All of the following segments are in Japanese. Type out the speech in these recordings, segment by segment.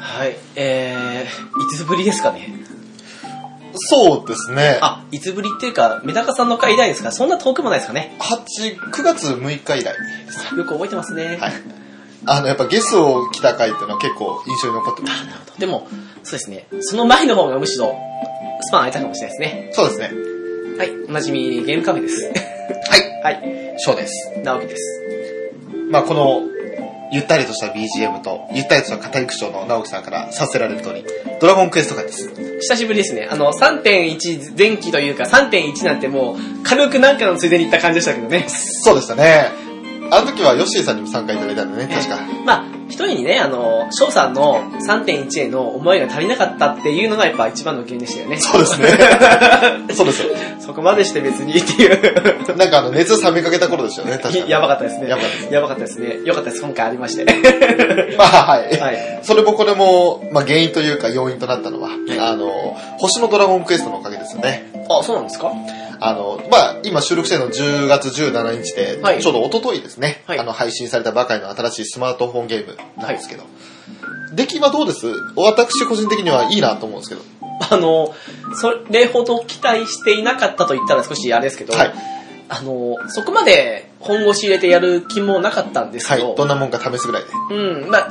はい。えー、いつぶりですかね。そうですね。あ、いつぶりっていうか、メダカさんの回以来ですかそんな遠くもないですかね。 8、9月6日以来ですね。よく覚えてますね。はい。あの、やっぱゲスを来た回っていうのは結構印象に残ってまあす。なるほど。でも、そうですね。その前の方がむしろ、スパン空いたかもしれないですね。そうですね。はい。おなじみ、ゲームカフェです。 ははい。い。ショーです。直樹です。まあこの、ゆったりとした BGM と、ゆったりとした語り口調の直樹さんからさせられる通り、ドラゴンクエスト回です。久しぶりですね。あの、3.1前期というか、3.1なんてもう、軽くなんかのついでに行った感じでしたけどね。 そうでしたね。あの時はヨッシーさんにも参加いただいたんだね、確か。まあ、一人にね、あの、翔さんの3.1への思いが足りなかったっていうのがやっぱ一番の原因でしたよね。そうで すね。そうですよ。そこまでして別にっていう。なんかあの、熱冷めかけた頃でしたよね、確かに。やばかったですね。やばかったでやばかったですね。よかったです。今回ありまして。まあは い。はい。それもこれも、まあ、原因というか要因となったのは、いあの、星のドラゴンクエストのおかげですよね。あ、そうなんですかあの、まあ、今収録してるの10月17日で、はいちょうど一昨日ですね、はいあの、配信されたばかりの新しいスマートフォンゲームなんですけど、出来はどうです私個人的にはいいなと思うんですけど。あの、それほど期待していなかったと言ったら少しあれですけど、はい。あの、そこまで本腰入れてやる気もなかったんですはけど、い。どんなもんか試すぐらいで。うん、まあ、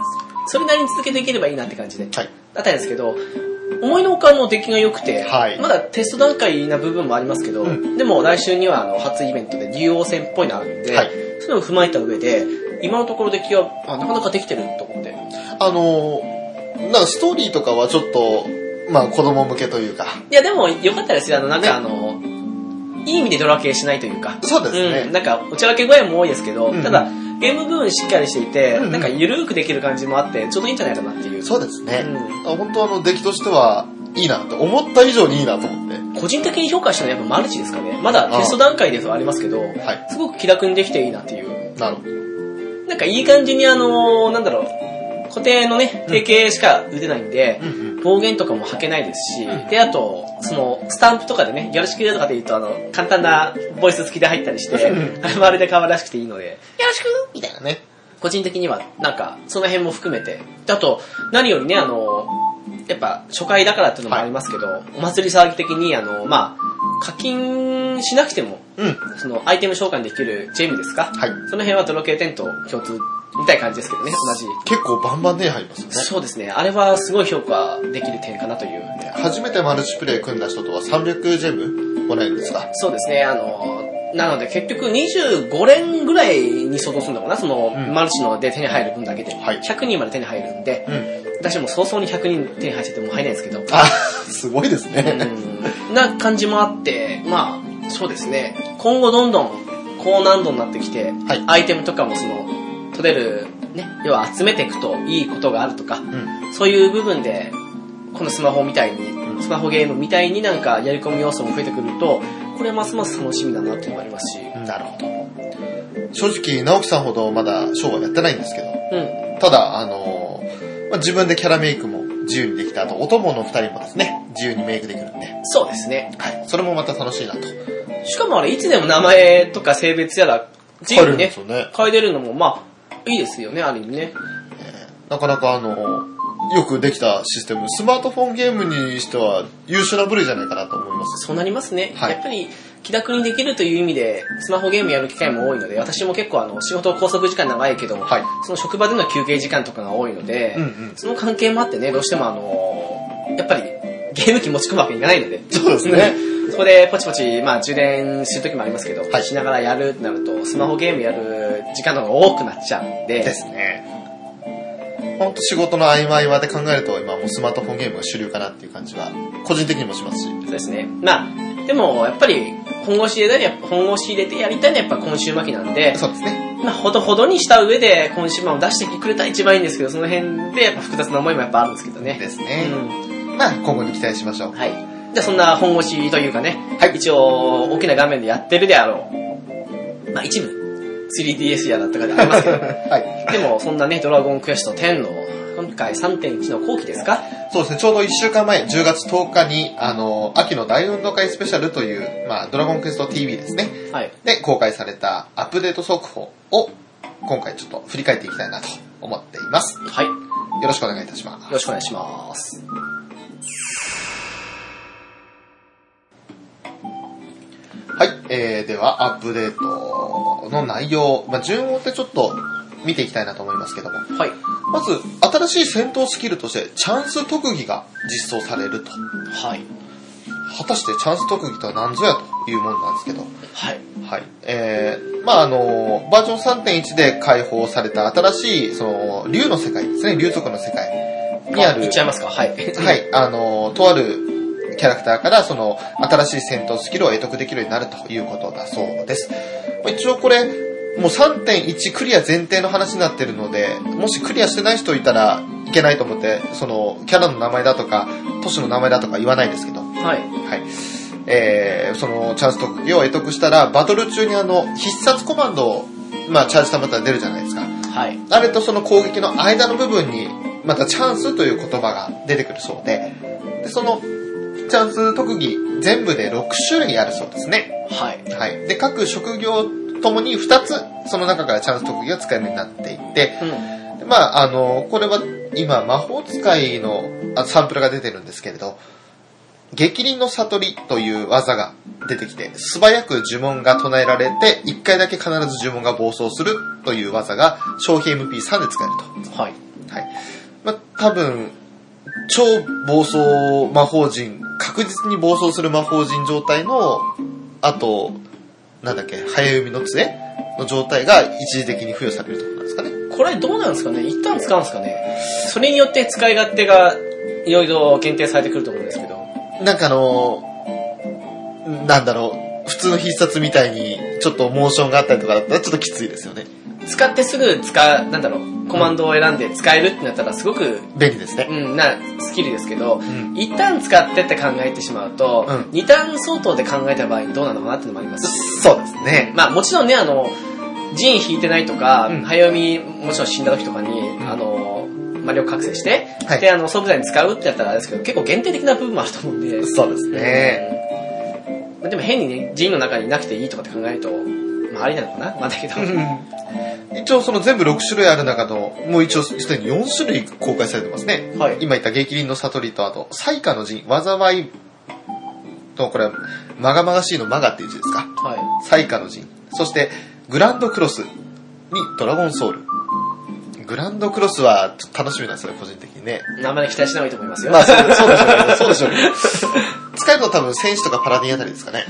それなりに続けていければいいなって感じで、はい。だったんですけど、思いのほかも出来が良くて、はいまだテスト段階な部分もありますけど、うんでも来週にはあの初イベントで竜王戦っぽいのあるんで、はいそれを踏まえた上で、今のところ出来はあなかなかできてると思って、あの、なんかストーリーとかはちょっと、まあ、子供向けというか、いや、でも、よかったですよ。あの、なんか、あの、いい意味でドラケーしないというか。そうですね。うん、なんか、おちゃらけ具合も多いですけど、うんただ、ゲーム部分しっかりしていて、うんうんなんか、ゆるーくできる感じもあって、ちょうどいいんじゃないかなっていう。そうですね。うあ本当あの出来としてはいいなと思った以上にいいなと思って。個人的に評価したのはやっぱマルチですかね。まだテスト段階ですはありますけど、はい。すごく気楽にできていいなっていう。なるほど。なんか、いい感じに、あのーなんだろう、固定のね、定型しか打てないんで、暴言とかも吐けないですし、うんで、あと、その、スタンプとかでね、よろしくよとかで言うと、あの、簡単なボイス付きで入ったりしてう、 あれもあれで可愛らしくていいので、よろしくみたいなね。個人的には、なんか、その辺も含めて、であと、何よりね、あの、やっぱ、初回だからっていうのもありますけど、お祭り騒ぎ的に、あの、まあ、課金しなくても、うん。その、アイテム召喚できるジェムですかはい。その辺はドロケーテント共通みたいな感じですけどね、同じ。結構バンバンね入りますよね。そうですね、あれはすごい評価できる点かなという。初めてマルチプレイ組んだ人とは300ジェムもらえるんですかそうですね、あの、なので結局25連ぐらいに相当するのかな、その、うんマルチので手に入る分だけで。はい100人まで手に入るんで、うん。私も早々に100人手に入っててもう入れないですけど、あ、すごいですね。うんな感じもあって、まあ、そうですね、今後どんどん高難度になってきて、はいアイテムとかもその、取れる、ね、要は集めていくといいことがあるとか、うん。そういう部分で、このスマホみたいに、んスマホゲームみたいになんかやり込み要素も増えてくると、これはますます楽しみだなっていうのもありますし、なるほど。正直、直樹さんほどまだショーはやってないんですけど、うん。ただ、あのーまあ、自分でキャラメイクも自由にできた後、お供の二人もですね、自由にメイクできるんで、そうですね。はい。それもまた楽しいなと。しかもあれ、いつでも名前とか性別やら、自由にね、よね。変えれるのも、まあ、いいですよね、ある意味ね。なかなかあの、よくできたシステム、スマートフォンゲームにしては優秀な部類じゃないかなと思います。そうなりますね。はいやっぱり、気楽にできるという意味で、スマホゲームやる機会も多いので、私も結構あの、仕事拘束時間長いけども、はい。その職場での休憩時間とかが多いので、うんうん。その関係もあってね、どうしてもあの、やっぱり、ゲーム機持ち込むわけにいかないので、そうですね。そこでポチポチ、まあ充電する時もありますけど、はいしながらやるってなると、スマホゲームやる時間の方が多くなっちゃうんで、ですね。ほんと仕事の合間合間で考えると今もうスマートフォンゲームが主流かなっていう感じは個人的にもしますし。そうですね。まあ、でもやっぱり、本腰入れたりやっぱ、本腰入れてやりたいのはやっぱ今週末期なんで、そうですね。まあ、ほどほどにした上で今週末を出してくれたら一番いいんですけど、その辺でやっぱ複雑な思いもやっぱあるんですけどね。ですうね。ん。まあ今後に期待しましょう。はい。じゃあそんな本腰というかね、はい一応大きな画面でやってるであろう。まあ一部、3DS やだったかでありますけ ど、はい。でも、そんなね、ドラゴンクエスト10の、今回3.1の後期ですかそうですね、ちょうど1週間前、10月10日に、あの、秋の大運動会スペシャルという、まあ、ドラゴンクエスト TV ですね。はい。で、公開されたアップデート速報を今回ちょっと振り返っていきたいなと思っています。はい。よよろしくお願いいたします。ろしくお願いします。はい、えー、ではアップデートの内容、まあ、順を追ってちょっと見ていきたいなと思いますけども、はい。まず新しい戦闘スキルとしてチャンス特技が実装されると。はい。果たしてチャンス特技とは何ぞやというもんなんですけど、はい。はい。えー、まああの、バージョン3.1で解放された新しい、その、竜の世界ですね、竜族の世界にあある、いっちゃいますかはい。はは。い、あの、とあるキャラクターから、その、新しい戦闘スキルを得得できるようになるということだそうです。まあ一応これ、もう3.1クリア前提の話になってるので、もしクリアしてない人いたらいけないと思って、その、キャラの名前だとか、都市の名前だとか言わないですけど、はい。はい。えー、そのチャンス特技を得得したら、バトル中にあの、必殺コマンドを、まあ、チャージたまったら出るじゃないですか。はい。あれとその攻撃の間の部分に、またチャンスという言葉が出てくるそうで、でその、チャンス特技全部で6種類あるそうですね。はい。はい。で、各職業ともに2つ、その中からチャンス特技が使えるようになっていて、うん。でまあ、あの、これは今、魔法使いのあサンプルが出てるんですけれど、激鱗の悟りという技が出てきて、素早く呪文が唱えられて、1回だけ必ず呪文が暴走するという技が、消費 MP3 で使えるはい。と。はい。まあ、多分、超暴走魔法陣、確実に暴走する魔法陣状態の、あと、なんだっけ、早読みの杖の状態が一時的に付与されるところなんですかね。これどうなんですかね一旦使うんですかねそれによって使い勝手がいろいろ限定されてくると思うんですけど。なんかあの、なんだろう、普通の必殺みたいに、ちょっとモーションがあったりとかだったらちょっときついですよね。使ってすぐ使う、なんだろう、コマンドを選んで使えるってなったらすごく、便利ですねう。ん、な、スキルですけど、ん一旦使ってって考えてしまうと、うん二段相当で考えた場合にどうなのかなってのもありますしそうですね。まあもちろんね、あの、陣引いてないとか、うん早読み、もちろん死んだ時とかに、んあの、魔力覚醒して、はいで、あの、即座に使うってやったらあれですけど、結構限定的な部分もあると思うんで。そうですね。うんまあでも変にね、陣の中になくていいとかって考えると、まあありなのかなまあだけど。一応その全部6種類ある中の、もう一応すでに4種類公開されてますね。はい。今言った激鱗の悟りと、あと、彩花の陣、災いと、これ、まがまがしいのまがっていう字ですか。はサイカの陣、そしてグランドクロスにドラゴンソウル。グランドクロスはちょっと楽しみなんですよね、個人的にね。い。生で期待しない方がいいと思いますよ。まあ、そうそうでしょうけど、そうでしょうけど。使えるのは多分戦士とかパラディンあたりですかね。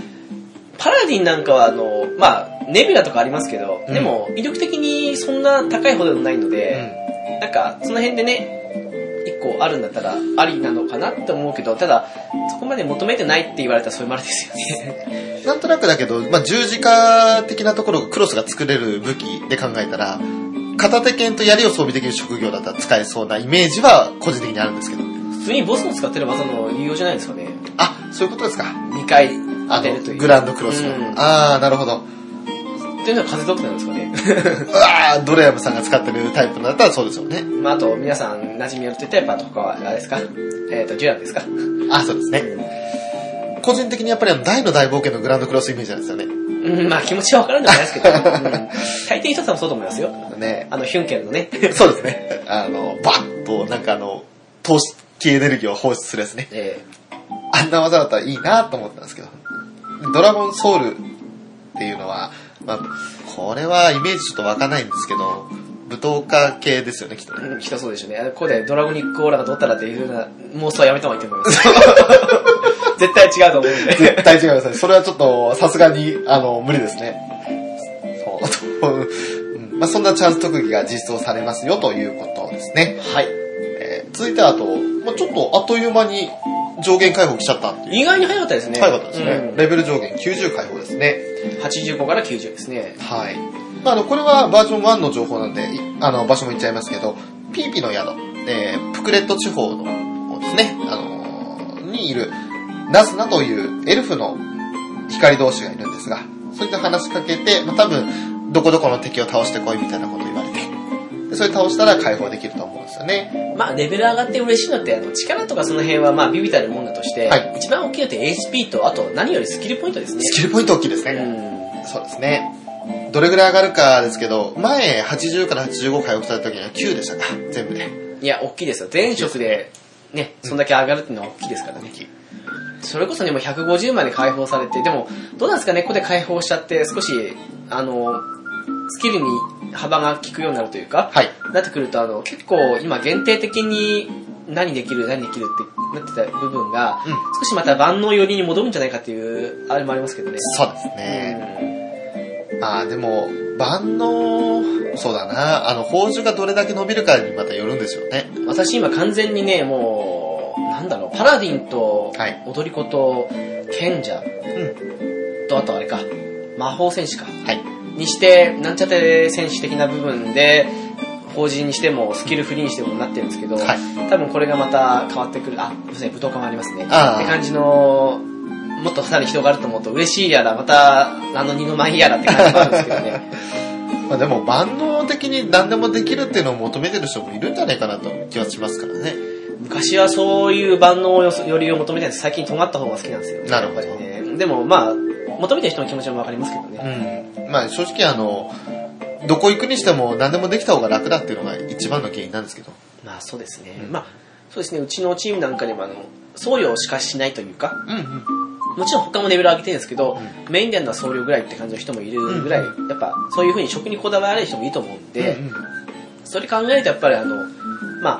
パラディンなんかは、あの、まあ、ネビュラとかありますけど、うんでも、威力的にそんな高いほどでもないので、うなんか、その辺でね、一個あるんだったら、ありなのかなって思うけど、ただ、そこまで求めてないって言われたらそれまでですよね。ん。なんとなくだけど、まあ、十字架的なところ、クロスが作れる武器で考えたら、片手剣と槍を装備できる職業だったら使えそうなイメージは個人的にあるんですけど。普通にボスの使ってる技の有用じゃないですかね。あ、そういうことですか。 2回あ当てるといの、う。グランドクロスの。うんあー、なるほど。っていうのは風特なんですかね。うわー、ドレアムさんが使ってるタイプだったらそうですよね。まあ、あと、皆さん、馴染みやると言ったら、やっぱ、他は、あれですかえっ、と、デュランですかあ、そうですね。個人的にやっぱりあの、大の大冒険のグランドクロスイメージなんですよね。うん、まあ、気持ちはわからんでもないですけど、うん大抵一つもそうと思いますよ。ね。あの、ヒュンケンのね。そうですね。 あの、バッと、なんかあの、投資系エネルギーを放出するやつね。えあんな技だったらいいなと思ったんですけど。ドラゴンソウルっていうのは、まあ、これはイメージちょっとわかんないんですけど、武闘家系ですよね、きっとえね。 うんきっとそうでしょうね。あのここでドラゴニックオーラがどうったらっていうような妄想はやめた方がいいと思い ます。絶対違うと思うんで。絶対違いますね。それはちょっと、さすがに、あの、無理ですね。そう。 うんまあ、そんなチャンス特技が実装されますよということですね。はい。えー続いてはあと、まあ、ちょっとあっという間に上限解放来ちゃったっていう。意外に早かったですね。早かったですね。うんレベル上限90解放ですね。 85から90ですね。はい。まあ、あの、これはバージョン1の情報なんで、いあの、場所も言っちゃいますけど、ピーピの宿、えー、プクレット地方の方ですね、あのーにいる、ナズナというエルフの光同士がいるんですが、そういった話しかけて、まあ、多分、どこどこの敵を倒してこいみたいなことを言われて、でそれ倒したら解放できると思うんですよね。まあ、レベル上がって嬉しいのって、あの、力とかその辺は、まあ、ビビたるもんだとして、はい一番大きいのって HP と、あと、何よりスキルポイントですね。スキルポイント大きいですね。うん。そうですね。どれぐらい上がるかですけど、前80から85回復された時には9でしたか、全部で。いや、大きいですよ。前職で、ね、そんだけ上がるっていうのは大きいですからね。それこそね、もう150まで解放されて、でも、どうなんですかね、ここで解放しちゃって、少し、あの、スキルに幅が利くようになるというか、はい。なってくると、あの、結構今限定的に何できる、何できるってなってた部分が、うん少しまた万能寄りに戻るんじゃないかっていう、あれもありますけどね。そうですね。まあでも、万能、そうだな。あの、宝珠がどれだけ伸びるかにまたよるんですよね。うん私今完全にね、もう、なんだろう、パラディンとはい、踊り子と、賢者うん。と、あとあれか、魔法戦士か。はい。にして、なんちゃって戦士的な部分で、法人にしても、スキルフリーにしてもなってるんですけど、はい。多分これがまた変わってくる、あ、すいません、武闘家もありますね。あーって感じの、もっとさらに人があると思うと嬉しいやら、また、あの二の舞やらって感じもあるんですけど ね。まあでも万能的に何でもできるっていうのを求めてる人もいるんじゃないかなという気はしますからね。昔はそういう万能をよよりを求めてたんです最近尖った方が好きなんですよ、なるほどやっぱりね。でもまあ、求めてる人の気持ちもわかりますけどね。うん。まあ正直あの、どこ行くにしても何でもできた方が楽だっていうのが一番の原因なんですけど。まあそうですね。うんまあ、そうですね、うちのチームなんかでもあの、送料しかしないというか、うんうん。もちろん他もレベル上げてるんですけど、メインでやるのは送料ぐらいって感じの人もいるぐらい、やっぱそういう風に食にこだわられる人もいいと思うんで、うんうんそれ考えるとやっぱりあの、まあ、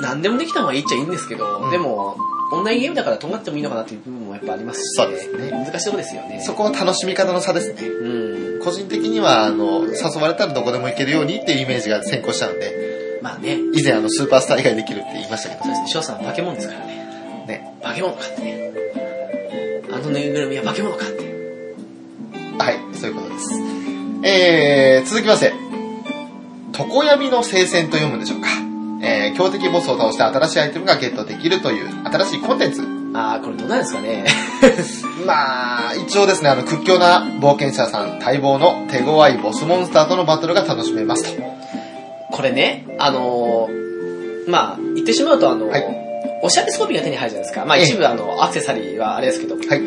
何でもできた方がいいっちゃいいんですけど、うんでも、オンラインゲームだから尖ってもいいのかなっていう部分もやっぱありますし、そうですね難しいとこですよね。そこは楽しみ方の差ですね。うん。個人的には、あの、誘われたらどこでも行けるようにっていうイメージが先行しちゃうんで、まあね、以前あの、スーパースター以外できるって言いましたけそうですね、翔さんは化け物ですからね。どね。化け物かってね。あのぬいぐるみは化け物かって。はい、そういうことです。えー、続きまして、常闇の聖戦と読むんでしょうか。えー、強敵ボスを倒して新しいアイテムがゲットできるという新しいコンテンツ。あー、これどうなんですかね。 まあ、一応ですね、あの、屈強な冒険者さん待望の手強いボスモンスターとのバトルが楽しめますと。これね、あのーまあ、言ってしまうと、あのーはいおしゃれ装備が手に入るじゃないですか。まあ、ええ一部、あの、アクセサリーはあれですけど、はい。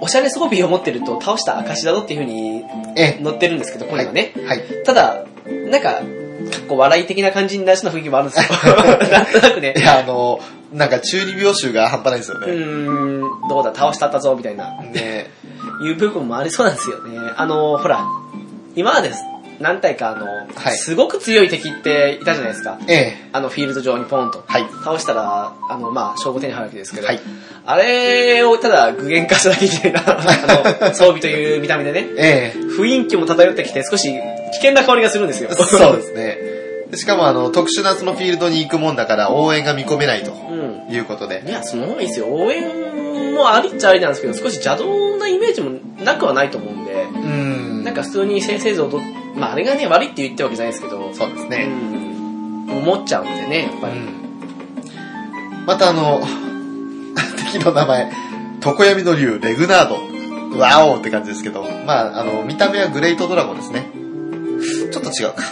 おしゃれ装備を持ってると倒した証だぞっていう風にえ載ってるんですけど、こういうのはね。ー、はい。ただ、なんか、かっこ笑い的な感じになりそうな雰囲気もあるんです よ。なんとなくねい。や、あの、なんか中二病臭が半端ないですようね。ーん、どうだ、倒したったぞ、みたいな、ねいう部分もありそうなんですよね。あの、ほら、今まで何体か、あの、はいすごく強い敵っていたじゃないですか。えあの、フィールド上にポンと。ー、はい。倒したら、あの、まあ、称号手に入るわけですけど、はいあれをただ具現化しなきゃいけない な、あの、装備という見た目でね、ええ雰囲気も漂ってきて、少し危険な香りがするんですよ。そうですね。でしかもあの、特殊なそのフィールドに行くもんだから応援が見込めないと うん。いうことで。いや、その方がいいですよ。応援もありっちゃありなんですけど、少し邪道なイメージもなくはないと思うんで、うん。なんか、普通に先生像と、まあ、あれがね、悪いって言ってるわけじゃないですけど、そうですうね。ん、思っちゃうんでね、やっうぱり。ん。またあの、 敵の名前、常闇の竜、レグナード。ワオーって感じですけど、まあ、あの、見た目はグレートドラゴンですね。ちょっと違うか。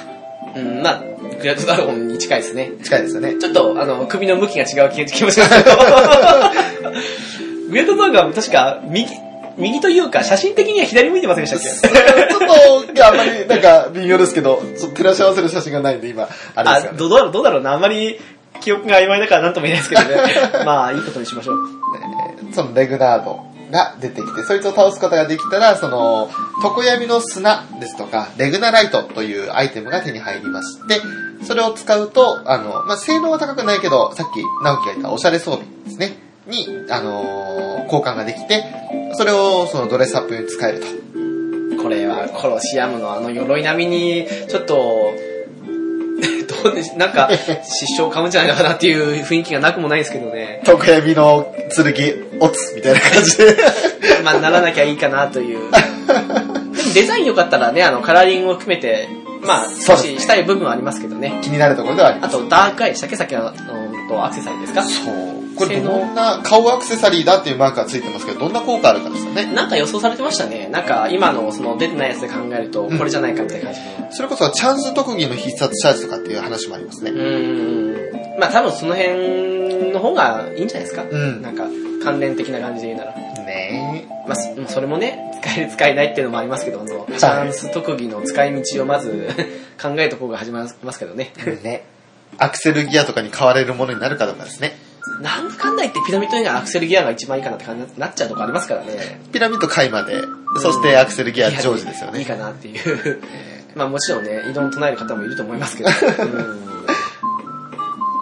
うん、まあ、グラッドドラゴンに近いですね。近いですよね。ちょっと、あの、首の向きが違う気気もしますけど。ウェルトドラゴンは確か、右、右というか、写真的には左向いてませんでしたっけちょっと、あんまり、なんか、微妙ですけど、ちょっと照らし合わせる写真がないんで、今、あれあですよね。どうだろう、どうだろうな。あんまり、記憶が曖昧だからなんとも言えないですけど ね。まあ、いいことにしましょう。えーそのレグナードが出てきて、そいつを倒すことができたら、その、常闇の砂ですとか、レグナライトというアイテムが手に入りまして、それを使うと、あの、まあ、性能は高くないけど、さっき直樹が言ったおしゃれ装備ですね、に、あのー交換ができて、それをそのドレスアップに使 えると。これは、コロシアムのあの鎧並みに、ちょっと、 どうでし、なんか、失笑をかむんじゃないのかなっていう雰囲気がなくもないですけどね。常闇の 剣、オツみたいな感じで。 まあ、ならなきゃいいかなという。でも、デザイン良かったらね、あの、カラーリングを含めて、まあ、そ少うですねししたい部分はありますけどね。気になるところではありますあと、ダークアイでしたっけさっきの、うんと、アクセサリーですかそう。これ性能どんな、顔アクセサリーだっていうマークがついてますけど、どんな効果あるかですよね。なんか予想されてましたね。なんか、今の、その、出てないやつで考えると、うんこれじゃないかみたいな感じの。それこそチャンス特技の必殺チャージとかっていう話もありますうね。ーん。まあ、多分その辺の方がいいんじゃないですかうんなんか、関連的な感じで言うなら。ねまあ、そそれもね、使える使えないっていうのもありますけど、あの、チ ャンス特技の使い道をまず考えた方が始まりますけどね。え。ね。アクセルギアとかに買われるものになるかどうかですね。なんだかんだ言ってピラミッドにはアクセルギアが一番いいかなって感じになっちゃうとこありますからね。ピラミッド下位まで、そしてアクセルギア常常時ですよいいね。かなっていう。まあもちろんね、異論唱える方もいると思い ますけど。うん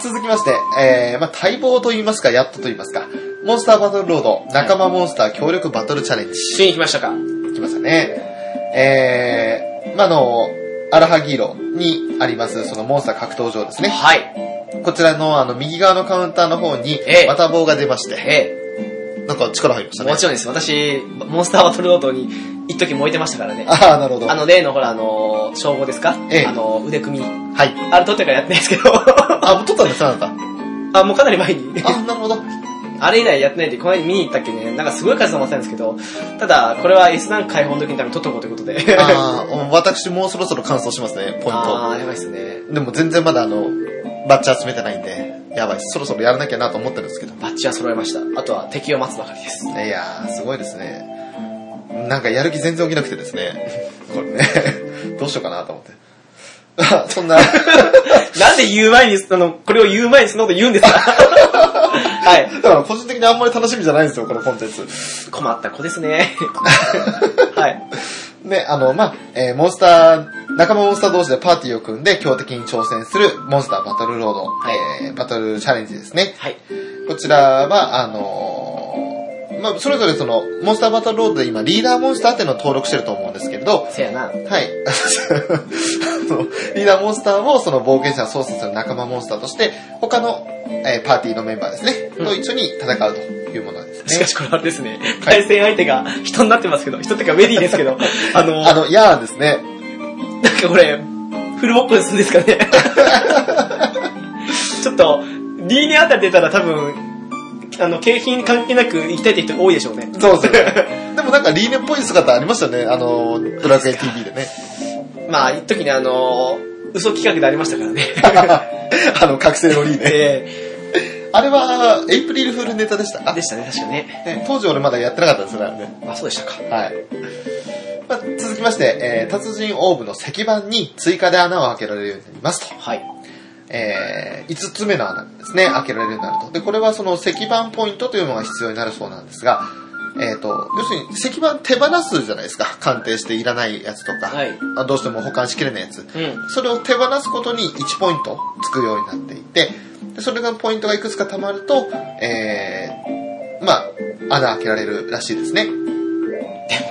続きまして、えー、まあ待望と言いますか、やっとと言いますか、モンスターバトルロード、仲間モンスター協力バトルチャレンジ。ついに来ましたか。来ましたね。えー、まあ、あの、アラハギーロにあります、そのモンスター格闘場ですね。はい。こちらの、あの、右側のカウンターの方にええ、綿棒が出まして、えなんか力入りましえ、たねも。ちろんです。私、モンスターバトルロードに一時燃えてましたからね。ああ、なるほど。あはの例のほら、あの、称号ですかええあの、腕組み。い。あれ取ってからやってないですけど。 あ、もう撮ったんです、あなあ、もうかなり前に。た。あ、なるほど。あれ以来やってないんで、この間見に行ったっけね、なんかすごい数溜まってたんですけど、ただ、これは S なんか解放の時に多分取っとこうということで。あー私もうそろそろ乾燥しますね、ポインあト。ー、やばいっすね。でも全然まだあの、バッチ集めてないんで、やばい、そろそろやらなきゃなと思ってるんですけど。バッチは揃えました。あとは敵を待つばかりです。 いやー、すごいですね。なんかやる気全然起きなくてですね。 これね、どうしようかなと思って。あそんな、 なんで言う前に、あの、これを言う前にそのこと言うんですか はい。だから個人的にあんまり楽しみじゃないんですよ、このコンテンツ。困った子ですね。 はい。ね、あの、まあ、えーモンスター、仲間モンスター同士でパーティーを組んで強敵に挑戦するモンスターバトルロード、はいえーバトルチャレンジですね。はい。こちらは、あのーまあ、それぞれその、モンスターバトルロードで今、リーダーモンスターっていうのを登録してると思うんですけれど、せやな。はい。 あのリーダーモンスターをその冒険者を操作する仲間モンスターとして、他の、えーパーティーのメンバーですね、うんと一緒に戦うというものですしねか。しこれはですね、はい対戦相手が人になってますけど、人っていうかウェディですけど、あの、あの、ヤーですね。なんかこれ、フルボッコにするんですかね。 ちょっと、D にあたり出たら多分、あの、景品関係なく行きたいって人が多いでしょうね。そうですね。 でもなんかリーネっぽい姿ありましたね。あの、ドラクエ TV でね。 まあ、一時にあの、嘘企画でありましたからね。あの、覚醒のリーネ。えあれは、エイプリルフールネタでしたーかでしたね、確かね。ね当時俺まだやってなかったですね、あれね。あ、そうでしたか。はい。まあ、続きまして、えー達人オーブの石板に追加で穴を開けられるようになりますと。はい。えー、5つ目の穴ですね、開けられるようになると。で、これはその石板ポイントというのが必要になるそうなんですが、えっ、と、要するに石板手放すじゃないですか。鑑定していらないやつとか、はいあどうしても保管しきれないやつ。うん。それを手放すことに1ポイントつくようになっていて、でそれがポイントがいくつか貯まると、えー、まあ、穴開けられるらしいですね。でも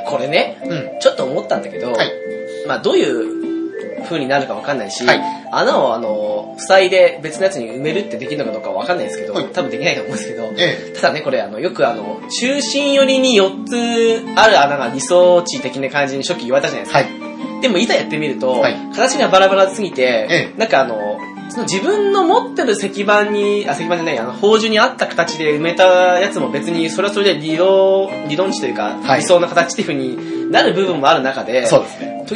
これね、うん。ちょっと思ったんだけど、はい。まあ、どういう風になるかわかんないし、はい穴をあの、塞いで別のやつに埋めるってできるのかどうかわかんないですけど、はい多分できないと思うんですけど、えただね、これあの、よくあの、中心寄りに4つある穴が二層値的な感じに初期言われたじゃないですはか。い。でも、いざやってみると、はい形がバラバラすぎてえ、なんかあの、その自分の持ってる石板に、あ、石板じゃない、あの、宝珠に合った形で埋めたやつも別に、それはそれで理論、理論値というか、はい理想の形っていう風になる部分もある中で、そうですね。時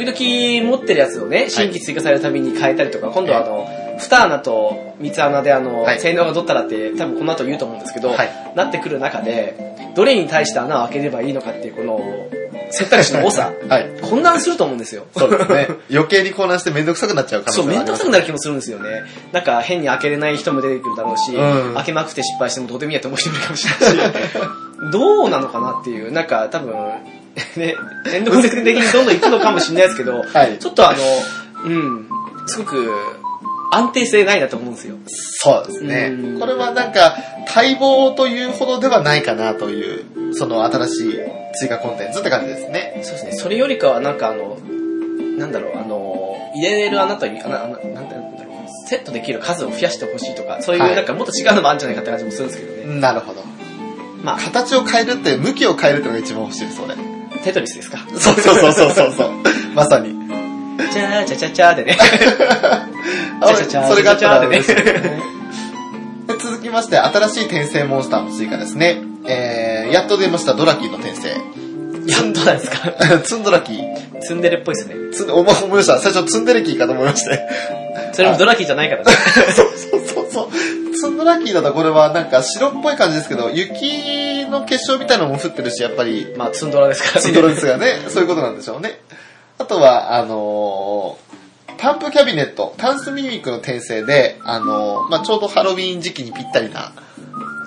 々持ってるやつをね、新規追加されるたびに変えたりとか、今度はあの、二穴と三つ穴であの、はい性能がどったらって多分この後言うと思うんですけど、はいなってくる中で、どれに対して穴を開ければいいのかっていうこの選択肢の多さ、はい。混乱すると思うんですよ。そうです ね。余計に混乱してめんどくさくなっちゃう可能そう、性めがあんりどまくすさくなる気もするんですよね。なんか変に開けれない人も出てくるだろうし、うん開けまくって失敗してもどうでもいいやと思う人もいるかもしれないし、 どうなのかなっていう、なんか多分、 ね、エンドコンテク的にどんどん行くのかもしれないですけど、はいちょっとあの、うん、すごく安定性ないなと思うんですよ。そうですうねん。これはなんか、待望というほどではないかなという、その新しい追加コンテンツって感じですね。そうですね、それよりかはなんかあの、なんだろう、あの、入れれる穴という、穴、穴、なんて言うんだろう、セットできる数を増やしてほしいとか、そういうはいなんかもっと違うのもあるんじゃないかって感じもするんですけどね。なるほど。まあ、形を変えるって、向きを変えるってのが一番欲しいです、俺。テトリスですか。 そうそうそうそうそうそう。まさに。チャーチャチャチャーでね。あ俺それがあったらでね嬉しいですね。で続きまして、新しい転生モンスターの追加ですね。えー、やっと出ました、ドラキーの転生。やっとなんですか。ツンドラキー。ツンデレっぽいですね。ツン、思い思いました。最初ツンデレキーかと思いまして。それもドラキーじゃないからね。そうそうそうそう。ツンドラキーだとこれはなんか白っぽい感じですけど、雪の結晶みたいなのも降ってるし、やっぱりまあ、ツンドラですからね。ツンドラですがね、そういうことなんでしょうね。あとは、あのー、キャンプキャビネット、タンスミミックの転生で、あの、まあ、ちょうどハロウィン時期にぴったりな、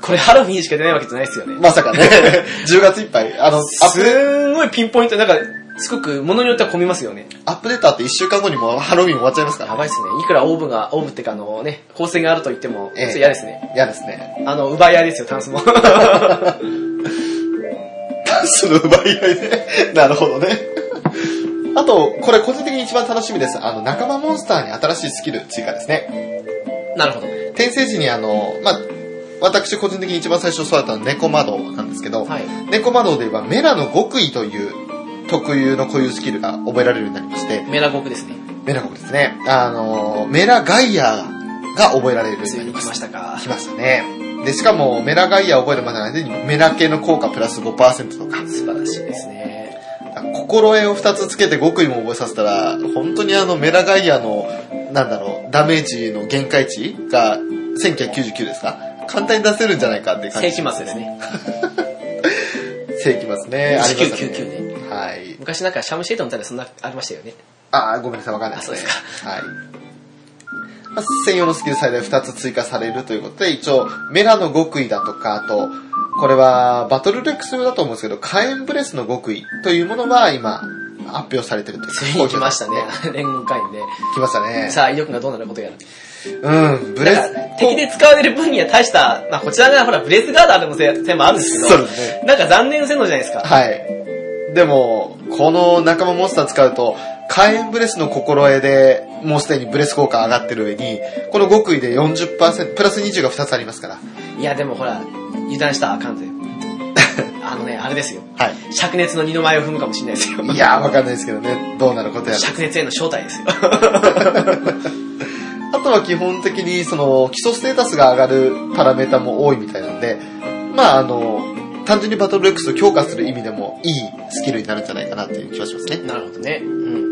これハロウィンしか出ないわけじゃないですよね。まさかね、10月いっぱい、あの、アッすプデんごいピンポイント、なんか、すごく、ものによっては混みますよね。アップデートあって1週間後にもうハロウィン終わっちゃいますかやら、ばいっすね。いくらオーブが、オーブってかあのね、光線があると言っても、ええそれ嫌ですね。嫌ですね。あの、奪い合いですよ、タンスも。タンスの奪い合いね。なるほどね。あと、これ個人的に一番楽しみです。あの、仲間モンスターに新しいスキル追加ですね。なるほど。転生時にあの、まあ、私個人的に一番最初育ったのは猫窓なんですけど、はい。猫窓で言えばメラの極意という特有の固有スキルが覚えられるようになりまして、メラゴクですね。メラ極ですね。あの、メラガイアが覚えられるようつにいなりにま来しまた。したか来。ましたね。で、しかも、メラガイアを覚えるまでの間に、メラ系の効果プラス5%とか、素晴らしいですね。心得を2つつけて極意も覚えさせたら、本当にあのメラガイアの、なんだろう、ダメージの限界値が1999ですか簡単に出せるんじゃないかって感世じ。紀末です。ね。世紀末ね。ありましたね。 1999年。はい。昔なんかシャムシェイドみたいなそんなありましたよね。あー、ごめんなさい、わかんないあそうではい。まあ専用のスキル最大2つ追加されるということで、一応、メラの極意だとか、あと、これは、バトルレックス用だと思うんですけど、火炎ブレスの極意というものが今、発表されてるという。ついに来ましたね。連合会員で。来ましたね。さあ、威力がどうなることやら。うん、ブレス、敵で使われる分には大した、まあこちらがほら、ブレスガードあるのせ点もあるんですけそうどで、すね。なんか残念せんのじゃないですか。はい。でも、この仲間モンスター使うと、火炎ブレスの心得で、もうすでにブレス効果上がってる上に、この極意で40%、プラス20が2つありますから。いや、でもほら、油断したらあかん ぜ。あのね、あれですよ。はい。灼熱の二の舞を踏むかもしれないですよ。いやー、わかんないですけどね、どうなることやら。灼熱への正体 ですよ。あとは基本的に、その、基礎ステータスが上がるパラメータも多いみたいなんで、まああの、単純にバトルレックスを強化する意味でも、いいスキルになるんじゃないかなという気はしますね。なるほどね。うん。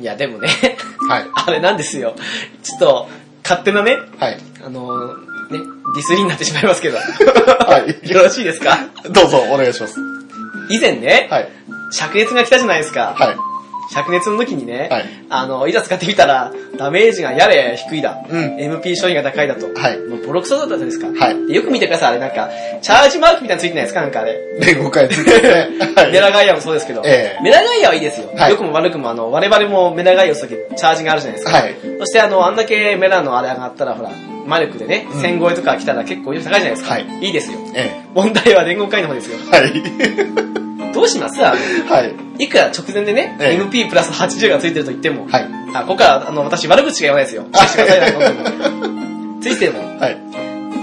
いや、でもね、 はい。あれなんですよ。ちょっと、勝手なね、はい。あのーね、ディスりになってしまいます けど、よはい。 ろしいですかどうぞ、お願いします。以前ね、はい。灼熱が来たじゃないですか。はい。灼熱の時にね、はいあの、いざ使ってみたら、ダメージがやれ低いだ。うん MP 処理が高いだと。はいもうボロクソだったじゃないですか。はいでよく見てください、あれなんか、チャージマークみたいなのついてないですかなんかあれ。連合会ですね。はい。メラガイアもそうですけど、ええメラガイアはいいですよ。はい良くも悪くも、あの、我々もメラガイアをするときチャージがあるじゃないですか。はい。そして、あの、あんだけメラのあれ上がったら、ほら、魔力でね、うん1000超えとか来たら結構威力高いじゃないですか。。はいいいですよ。え問題は連合会の方ですよえ。。はい。どうしますあの、はい。いくら直前でね、ええ MP プラス80がついてると言っても、はい。あ、ここから、あの、私悪口しか言わないですよ。あ消してくださいなんて思ってもついてるもん。はい。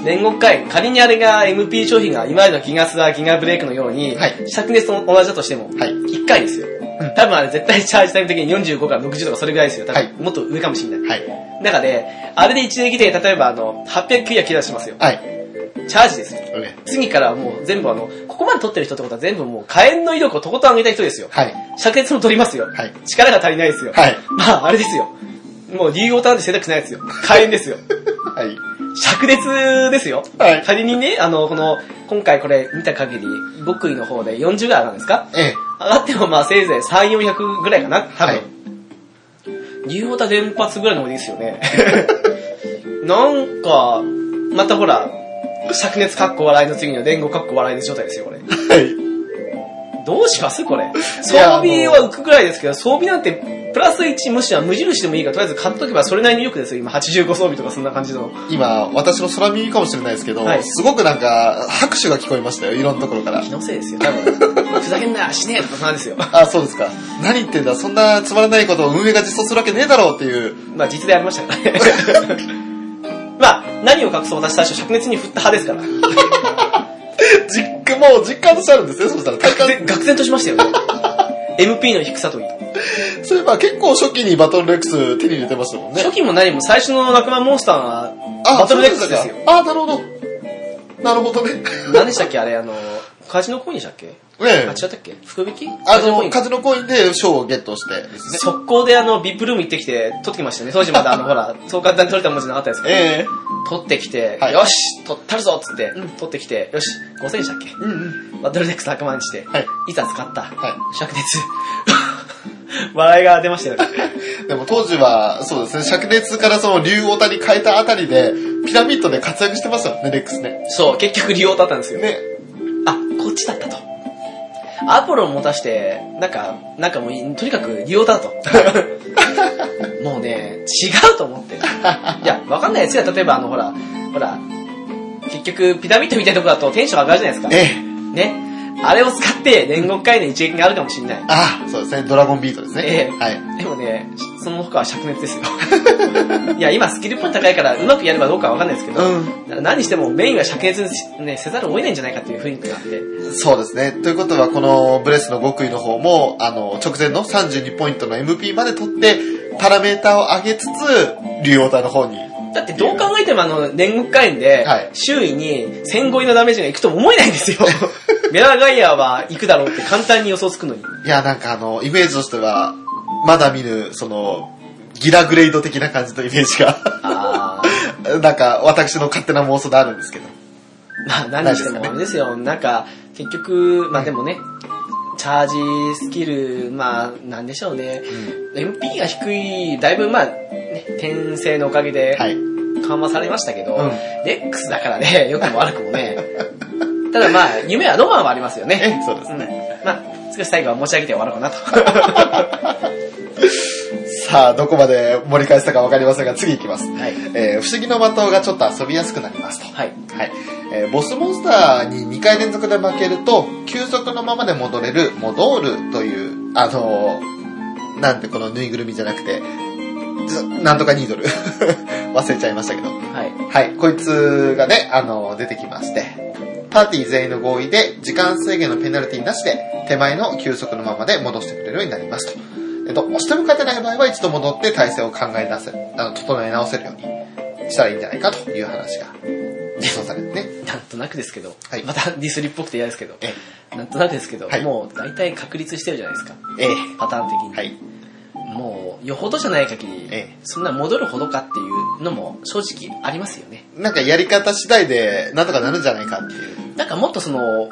煉獄会、仮にあれが MP 商品が今までのギガスラ、ギガブレイクのように、はい灼熱と同じだとしても、はい1回ですようん。多分あれ絶対チャージタイム的に45から60とかそれぐらいですよ。多分、はいもっと上かもしれない。はい。中で、あれで一撃で、例えばあの、800、900切らしますよ。はい。チャージですよ。ええ次からはもう全部あの、ここまで取ってる人ってことは全部もう火炎の威力をとことん上げた人ですよ。はい。灼熱も取りますよ。はい力が足りないですよ。はい。まあ、あれですよ。もう、竜王ターンで選択肢ないですよ。火炎ですよ。はい。灼熱ですよ。はい仮にね、あの、この、今回これ見た限り、極意の方で40ぐらい上がるんですかええ上がってもまあせいぜい3、400ぐらいかな多分。はい竜王タ連発ぐらいの方がいいですよね。 なんか、またほら、灼熱かっこ笑いの次の連合かっこ笑いの状態ですよ、これ。はい。どうしますこれ。装や備は浮くぐらいですけど、装備なんて、プラス1むしろ無印でもいいから、とりあえず買っとけばそれなりによくですよ。今、85装備とかそんな感じの。今、私の空耳かもしれないですけど、はいすごくなんか、拍手が聞こえましたよ、いろんなところから気。のせいですよ、多分。 ふざけんな、死ねえとかなんですよ。あ、そうですか。何言ってんだ、そんなつまらないことを運営が実装するわけねえだろうっていう。まあ、実でありましたからね。 まあ、何を隠そう私最初、灼熱に振った派ですから。実感、もう実感としてあるんですね、そしたら。体愕感、 然愕然としましたよね。MP の低さといい。そういえば結構初期にバトルレックス手に入れてましたもんね。初期も何も最初の落馬モンスターは、あバトルレックスですよそうかあ、なるほど。なるほどね。何でしたっけあれ、あの、カジノコインでしたっけ えあ、違ったっけ福引き あ風のコイの、ン風のコインで賞をゲットしてですね。速攻であの、ビップルーム行ってきて、取ってきましたね。当時まだあの、ほら、そう簡単に取れた文字なかったですけど、ええ取ってきて、はいよし取ったるぞっつって、取ってきて、よし !5000 でしたっけうんうん。バトルデックス100万にして、はい。いざ使った。は灼熱。笑いが出ましたよね。 い。でも当時は、そうですね、灼熱からその竜オタに変えたあたりで、ピラミッドで活躍してましたよね、レックスね。そう、結局利用だったんですよ。ね。あ、こっちだったと。アポロン持たして、なんか、なんかもうい、とにかく利用だと。 もうね、違うと思って。いや、わかんないですよ。例えば、あの、ほら、ほら、結局、ピラミッドみたいなとこだとテンション上がるじゃないですか。ええ。ね。あれを使って、煉獄界の一撃があるかもしれない。あ、そうですね、ドラゴンビートですね。ええはい。でもね、その他は灼熱ですよ。 いや、今スキルポイント高いから、うまくやればどうかはわかんないですけど、う何にしてもメインは灼熱にし、ね、せざるを得ないんじゃないかっていう雰囲気があって。ん。そうですね。ということは、このブレスの極意の方も、あの、直前の32ポイントの MP まで取って、パラメータを上げつつ、竜オタの方に。だってどう考えてもあの、煉獄会員ではい、周囲に1000超えのダメージが行くとも思えないんです よ。メラガイアは行くだろうって簡単に予想つくのに。いや、なんかあの、イメージとしては、まだ見ぬ、その、ギラグレイド的な感じのイメージが、 あなんか私の勝手な妄想であるんですけど。ーまあ何にしてもあれですよ。なんか、結局、まあでもね、チャージスキル、まあなんでしょうね。MP が低い、だいぶまあ、ね、転生のおかげではい。緩和されましたけど、うんレックスだからね、良くも悪くもね。ただまあ、夢はロマンはありますよね。え、そうですうんね。まあ、少し最後は申し上げて終わろうかなと。さあ、どこまで盛り返したかわかりませんが、次行きます。はい。えー不思議の的がちょっと遊びやすくなりますと。はい。はい。えーボスモンスターに2回連続で負けると、休息のままで戻れる、戻るという、あのーなんてこのぬいぐるみじゃなくて、ずなんとかニードル。 忘れちゃいましたけど。はい。はい、こいつがね、あの、出てきまして、パーティー全員の合意で、時間制限のペナルティなしで、手前の休息のままで戻してくれるようになりますと。えどうしても勝てない場合は、一度戻って体制を考え出せ、あの、整え直せるようにしたらいいんじゃないかという話が、実装されてね。なんとなくですけど、はいまたディスリっぽくて嫌ですけど、えなんとなくですけど、はいもう大体確立してるじゃないですか。ええパターン的に。はい。もう、よほどじゃない限り、ええそんな戻るほどかっていうのも正直ありますよね。なんかやり方次第で、なんとかなるんじゃないかっていう。なんかもっとその、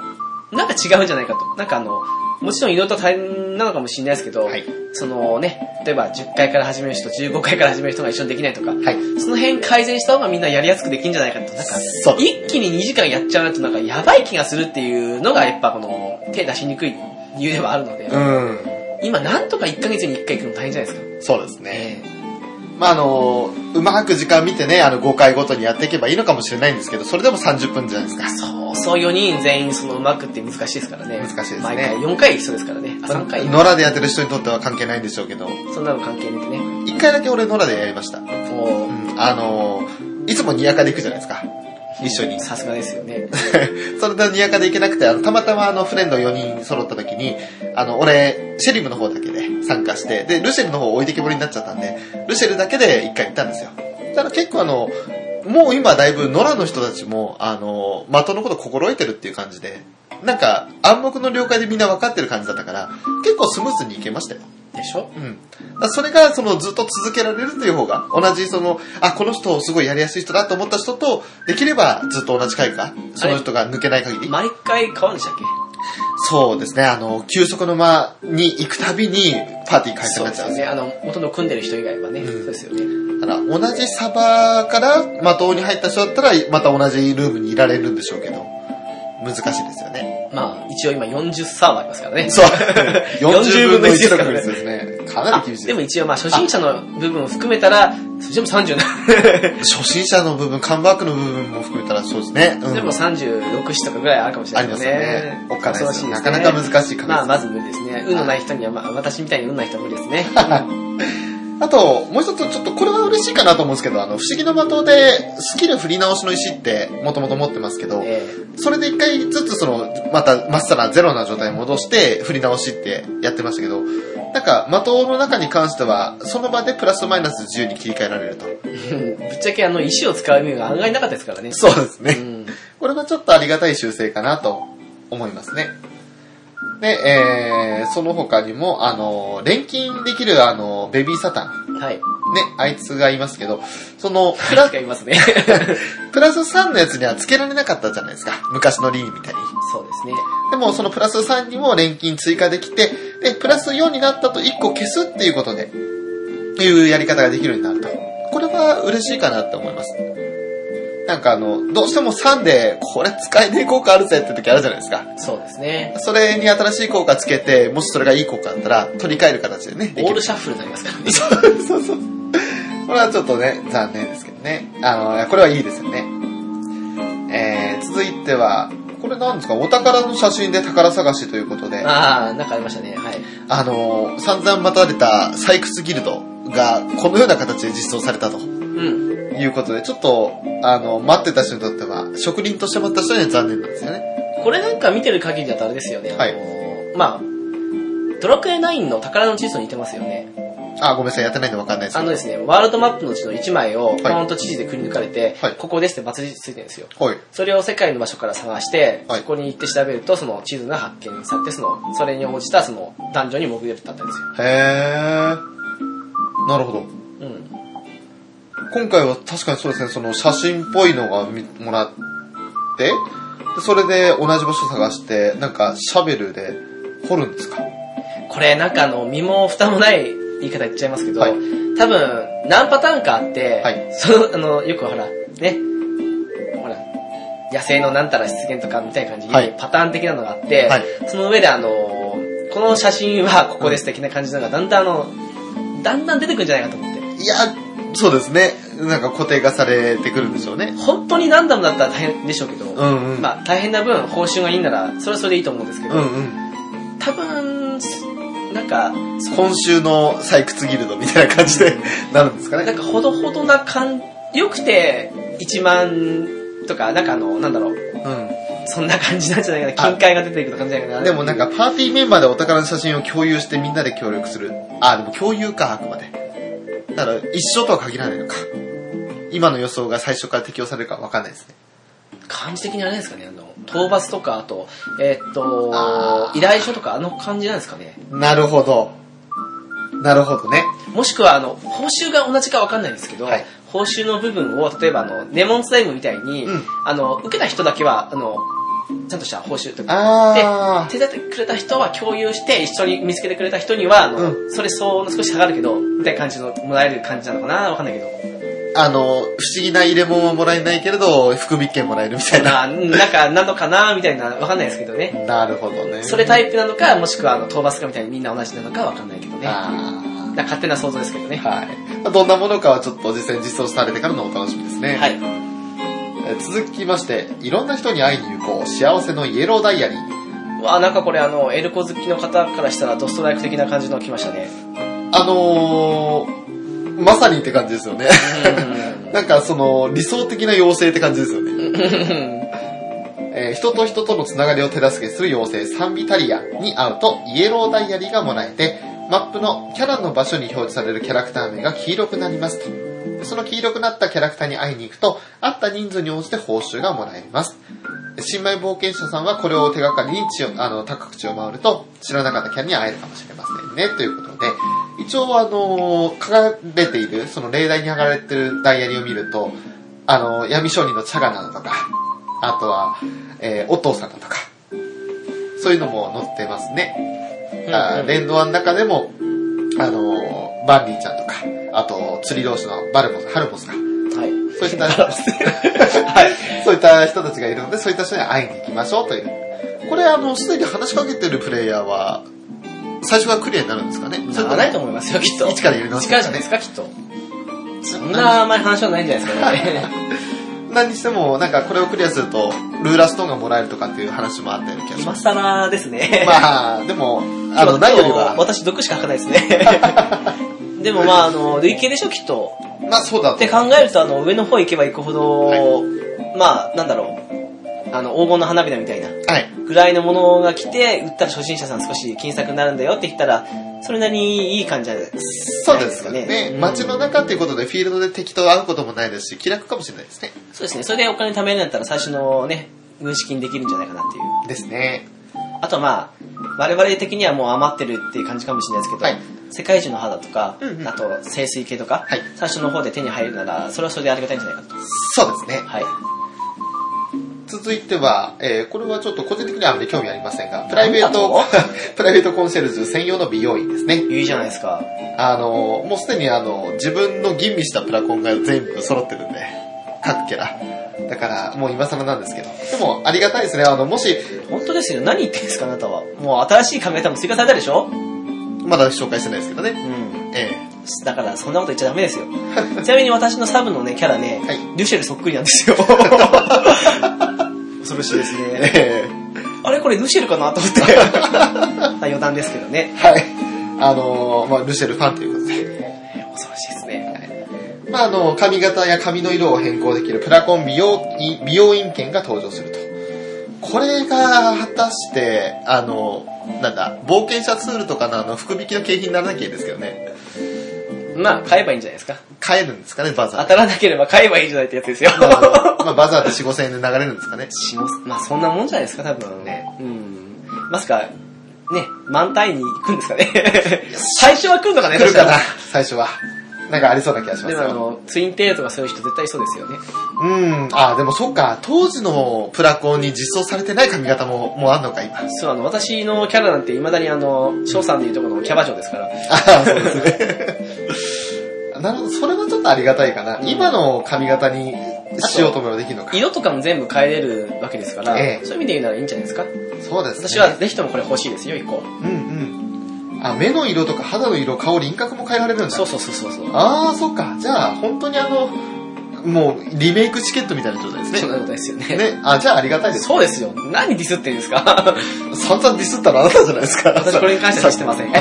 なんか違うんじゃないかと。なんかあの、もちろんいろいろと大変なのかもしれないですけど、はい。そのね、例えば10回から始める人、15回から始める人が一緒にできないとか、はい。その辺改善した方がみんなやりやすくできるんじゃないかと。なんかそう。一気に2時間やっちゃうとなんかやばい気がするっていうのがやっぱこの手出しにくい理由ではあるので、うん。今なんとか1ヶ月に1回行くの大変じゃないですか。そうですね。まああの、うまく時間見てね、あの5回ごとにやっていけばいいのかもしれないんですけど、それでも30分じゃないですか。そうそう4人全員そのうまくって難しいですからね。難しいですね毎回4回行きそうですからね。あ、3回野良でやってる人にとっては関係ないんでしょうけど、そんなの関係なくね。一回だけ俺野良でやりました。う、もうんあのー、いつもニヤカで行くじゃないですか。一緒に。さすがですよ ね。それでニヤカで行けなくて、あのたまたまあのフレンド4人揃った時に、あの、俺、シェリムの方だけで参加して、で、ルシェルの方置いてきぼりになっちゃったんで、ルシェルだけで一回行ったんですよ。だから結構あの、もう今だいぶ野良の人たちも、あの、的のこと心得てるっていう感じで、なんか暗黙の了解でみんな分かってる感じだったから、結構スムーズに行けましたよ。でしょうん。だからそれが、その、ずっと続けられるという方が、同じ、その、あ、この人、すごいやりやすい人だと思った人と、できれば、ずっと同じ回か、その人が抜けない限り。毎回変わるんでしたっけそうですね、あの、休息の間に行くたびに、パーティー開催そにうなっでちすゃようんですね。よ。あの、元の組んでる人以外はね。うんそうですよね。だから、同じサバから、まとに入った人だったら、また同じルームにいられるんでしょうけど、難しいですよね。まあ、一応今40サーバーありますからね。 そう。 40分の1ですからね40分の1ですね。かなあり厳しいでも一応まあ初心者の部分を含めたら、それでも30初心者の部分、カンバックの部分も含めたらそうですね。うな、んでも36子とかぐらいあるかもしれあなりいでますすよよねね。。おっかないですよ恐ろしなかなかですね難しい感じ。まあまず無理ですね。運のない人には、まあ私みたいに運ない人は無理ですね。はあと、もう一つ、ちょっとこれは嬉しいかなと思うんですけど、あの、不思議の的で、スキル振り直しの石って、もともと持ってますけど、えそれで一回ずつ、その、また、まっさらゼロな状態に戻して、振り直しってやってましたけど、なんか、的の中に関しては、その場でプラスマイナス10に切り替えられると。えぶっちゃけあの石を使う意味が案外なかったです からね。そうですねんこれがちょっとありがたい修正かなと思いますね。で、えー、その他にも、あの、錬金できる、あの、ベビーサタン。はい。ね、あいつがいますけど、その、プラ 確かいますね。 プラス3のやつにはつけられなかったじゃないですか。昔のリーンみたいに。そうですね。でも、そのプラス3にも錬金追加できて、で、プラス4になったと1個消すっていうことで、っていうやり方ができるようになると。これは嬉しいかなって思います。なんかあの、どうしても3で、これ使えねえ効果あるぜって時あるじゃないですか。そうですね。それに新しい効果つけて、もしそれがいい効果だったら、取り替える形でね、でオきールる。シャッフルになりますからね。 そうそう。これはちょっとね、残念ですけどね。あの、これはいいですよね。えー、続いては、これなんですかお宝の写真で宝探しということで、あああ、なんかありましたね。はい。の、散々待たれた採掘ギルドが、このような形で実装されたとうん。いうことで、ちょっと、あの、待ってた人にとっては、職人として待った人には残念なんですよね。これなんか見てる限りだとあれですよね。あのまあ、ドラクエ9の宝の地図と似てますよね。あ、ごめんなさい、やってないんでわかんないですあけど。のですね、ワールドマップのうちの1枚を、ポーンと地図でくり抜かれて、はいここですってバツ印ついてるんですよ。はい。それを世界の場所から探して、はいそこに行って調べると、その地図が発見されて、その、それに応じた、その、ダンジョンに潜れるってあったんですよ。へえ。なるほど。うん。今回は確かにそうですね、その写真っぽいのがみもらって、でそれで同じ場所探して、なんかシャベルで掘るんですかこれ、なんかあの、身も蓋もない言い方言っちゃいますけど、はい多分、何パターンかあって、はいその、あの、よくほら、ね、ほら、野生のなんたら出現とかみたいな感じに、はいパターン的なのがあって、はいその上であの、この写真はここです的な感じのが、だんだんあの、だんだん出てくるんじゃないかと思って。いや、そうですね。なんか固定化されてくるんでしょうね。本当にランダムだったら大変でしょうけど、うんうん。まあ大変な分報酬がいいなら、それはそれでいいと思うんですけど、うんうん。多分、すなんか、今週の採掘ギルドみたいな感じでなるんですかなね。んかほどほどな感、良くて1万とか、なんかあの、なんだろう、うそんな感じなんじゃないかな、あ金塊が出ていくとかじゃないかな。ん。でもなんかパーティーメンバーでお宝の写真を共有してみんなで協力する。あ、でも共有か、あくまで。だから一緒とは限らないのか。今の予想が最初から適用されるかわかんないですね。感じ的にあれですかね、あの、討伐とか、あと、えーっとあ、ー依頼書とかあの感じなんですかね。なるほど。なるほどね。もしくは、あの、報酬が同じかわかんないんですけど、はい報酬の部分を、例えば、あの、ネモンスライムみたいに、うんあの、受けた人だけは、あの、ちゃんとした報酬とか、あ手伝ってくれた人は共有して、一緒に見つけてくれた人には、あの、それ相応の少し下がるけど、みたいな感じの、もらえる感じなのかなわかんないけど。ー、あの、不思議な入れ物はもらえないけれど、福引券もらえるみたいな、な。なんか、なのかなみたいな、わかんないですけどね。なるほどね。それタイプなのか、もしくは、あの、討伐かみたいにみんな同じなのかわかんないけどね。あなんか勝手な想像ですけどね。ーはい。どんなものかはちょっと実際に実装されてからのお楽しみですね。はい。えー続きまして、いろんな人に会いに行こう。幸せのイエローダイアリー。わあなんかこれあの、エルコ好きの方からしたらドストライク的な感じの来ましたね。あのー、まさにって感じですよね。なんかその、理想的な妖精って感じですよね。えー人と人とのつながりを手助けする妖精サンビタリアに会うとイエローダイアリーがもらえてマップのキャラの場所に表示されるキャラクター名が黄色くなりますとでその黄色くなったキャラクターに会いに行くと会った人数に応じて報酬がもらえます新米冒険者さんはこれを手がかりに地をあの各地を回ると知らなかったキャラに会えるかもしれませんねということで一応あの書かれているその例題に書かれているダイアリーを見るとあの闇商人のチャガなどとかあとは、えーお父さんだとか、そういうのも載ってますね。あー連動案の中でも、あのーバンディちゃんとか、あと、釣り同士のバルモス、ハルモスか、はい。そういった、 はい、そういった人たちがいるので、そういった人に会いに行きましょうという。これ、あの、すでに話しかけてるプレイヤーは、最初からクリアになるんですかねそれはないと思いますよ、きっと。一からやり直す一からじゃないですか、きっと。そんなあまり話はないんじゃないですか ね。何にしても、なんかこれをクリアすると、ルーラーストーンがもらえるとかっていう話もあったような気がしま今す。更ですね。まあ、でも、あ今の、日何よりは、私、毒しか書かないですね。 でもまああの、累計でしょ、きっと。まあそうだっとて。考えると、あの、上の方行けば行くほど、まあ、なんだろう。あの、黄金の花びらみたいな。はい。ぐらいのものが来て、売ったら初心者さん少し金策になるんだよって言ったら、それなりにいい感じじゃないですそうですかかね。ね。うん街の中っていうことでフィールドで敵と会うこともないですし、気楽かもしれないですね。そうですね。それでお金貯めるんだったら最初のね、軍資金できるんじゃないかなっていう。ですね。あとはまあ、我々的にはもう余ってるっていう感じかもしれないですけど、はい世界中の肌とか、うんうんあと清水系とか、はい最初の方で手に入るなら、それはそれでありがたいんじゃないかと。そうですね。はい。続いては、えーこれはちょっと個人的にはあまり興味ありませんが、プライベート なんだ、プライベートコンシェルジュ専用の美容院ですね。いいじゃないですか。あの、もうすでにあの、自分の吟味したプラコンが全部揃ってるんで、各キャラ。だから、もう今更なんですけど。でも、ありがたいですね。あの、もし、本当ですよ。何言ってんですか、あなたは。もう新しい髪型も追加されたでしょまだ紹介してないですけどうね。ん。えだから、そんなこと言っちゃダメです よ。ちなみに私のサブのね、キャラね、はいリュシェルそっくりなんです よ。恐ろしいですえね。えあれこれルシェルかなと思って。 余談ですけどねえ。はい。あの、まあ、ルシェルファンということで。恐ろしいですね。まあ、あの、髪型や髪の色を変更できるプラコン美容院、美容院券が登場すると。これが、果たして、あの、なんだ、冒険者ツールとかのあの、福引きの景品にならなきゃいいですけどね。まあ、買えばいいんじゃないですか。買えるんですかね、バザー当たらなければ買えばいいじゃないってやつですよ。なるほどまあ、バザーで4、5千円で流れるんですかね。しもまあ、そんなもんじゃないですか、多分ね。うん。まさか、ね、満タイに行くんですかね。 最初は来るのかね、来るかなそし、最初は。なんかありそうな気がしたまら。すでもあよ。の、ツインテールとかそういう人絶対そうですよね。うん。あ、でもそっか。当時のプラコンに実装されてない髪型も、もうあんのか、今。あそう、あの、私のキャラなんて未だにあの、翔さんでいうところのキャバ嬢ですから。そうですね。 なるほど。それはちょっとありがたいかな。うん今の髪型にしようと思えばできるのか。色とかも全部変えれるわけですから、ええそういう意味で言うならいいんじゃないですか。そうですね。私はぜひともこれ欲しいですよ、一個。うんうん。あ、目の色とか肌の色、顔、輪郭も変えられるんだ。そうそうそうそうそう。ああ、そっか。じゃあ、本当にあの、もう、リメイクチケットみたいな状態でそすんなね。ことですよね。ね。あ、じゃあありがたいです ねそうですよ。何ディスってんですか散々ディスったのあなたじゃないですか。 私これに関してはしてません。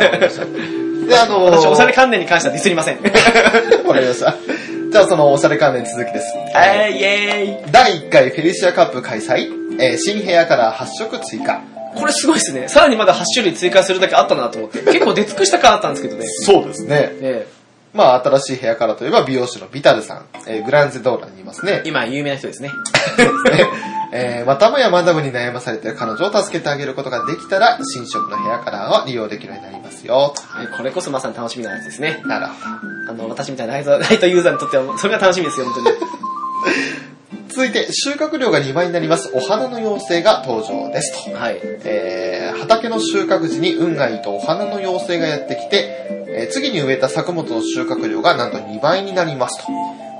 で、あのー、 私、おしゃれ関連に関してはディスりません。わかりました。じゃあそのおしゃれ関連続きです。 はい、イェーイ。第1回フェリシアカップ開催、えー新ヘアから8色追加。これすごいですね。さらにまだ8種類追加するだけあったなと思って。結構出尽くした感あったんですけどね。そうですね。えまあ、新しいヘアカラーといえば美容師のビタルさん、えーグランゼドーラにいますねえ。今、有名な人ですね。 えーまたもやマダムに悩まされている彼女を助けてあげることができたら、新色のヘアカラーは利用できるようになりますよ。はいこれこそまさに楽しみなやつですねと。なるほど。あの、私みたいなライトライトユーザーにとっては、それが楽しみですよ、本当に。続いて、収穫量が2倍になります、お花の妖精が登場ですと。はい。えー畑の収穫時に運がいいとお花の妖精がやってきて、えー次に植えた作物の収穫量がなんと2倍になります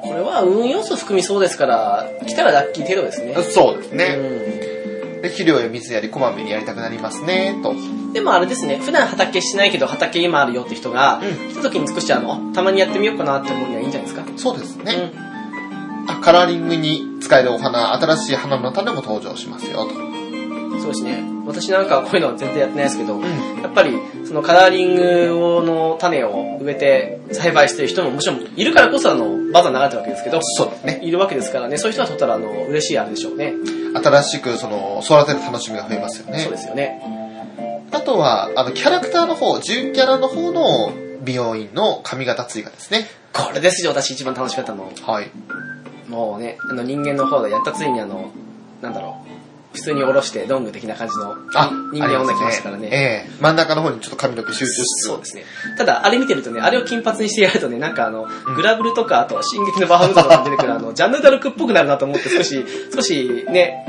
これは運要素含みそうですから、来たらラッキー程度ですねと。。そうですね。うで肥料や水やりこまめにやりたくなりますね、と。ん。でもあれですね、普段畑しないけど畑今あるよって人が、う来た時に少しあの、たまにやってみようかなって思うにはいいんじゃないですか。そうですうね。ん。あカラーリングに使えるお花、新しい花の種も登場しますよ、と。そうですね。私なんかはこういうのは全然やってないですけど、んやっぱりそのカラーリングの種を植えて栽培してる人ももちろんいるからこそあのバザーに流れてるわけですけど、そうですね。いるわけですからね、そういう人が取ったらあの嬉しいあれでしょうね。新しく、その、育てる楽しみが増えますよねそう。ですよね。あとは、あの、キャラクターの方、純キャラの方の美容院の髪型追加ですね。これですよ、私一番楽しかったの。はい。もうね、あの人間の方でやったついにあの、なんだろう、普通に下ろしてドング的な感じのあ、人間女来ましたからね。ええ真ん中の方にちょっと髪の毛集中してそうですね。ただ、あれ見てるとね、あれを金髪にしてやるとね、なんかあの、グラブルとか、あと、進撃のバハムードとかに出てくる、あの、ジャンヌ・ダルクっぽくなるなと思って、少し、少しね、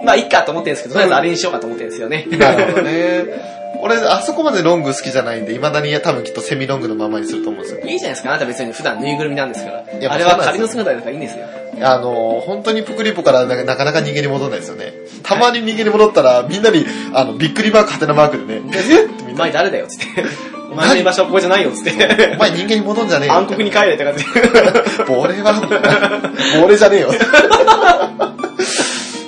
うん、まあ、いいかと思ってるんですけど、とりあえずあれにしようかと思ってるんですよね。 なるほどね。俺、あそこまでロング好きじゃないんで、未だに多分きっとセミロングのままにすると思うんですよ。いいじゃないですか、あなた別に普段ぬいぐるみなんですから。やまああれは仮の姿だからいいんですよ。あの、本当にプクリポからななかなか逃げに戻んないですよね。たまに逃げに戻ったら、みんなに、あの、びっくりマーク、ハテナマークでね、えっておみんな前誰だよ、つって。お前の居場所はここじゃないよ、つっお て。前人間に戻んじゃねえよ。暗黒に帰れって感じで。ボレは、ボレじゃねえよ。い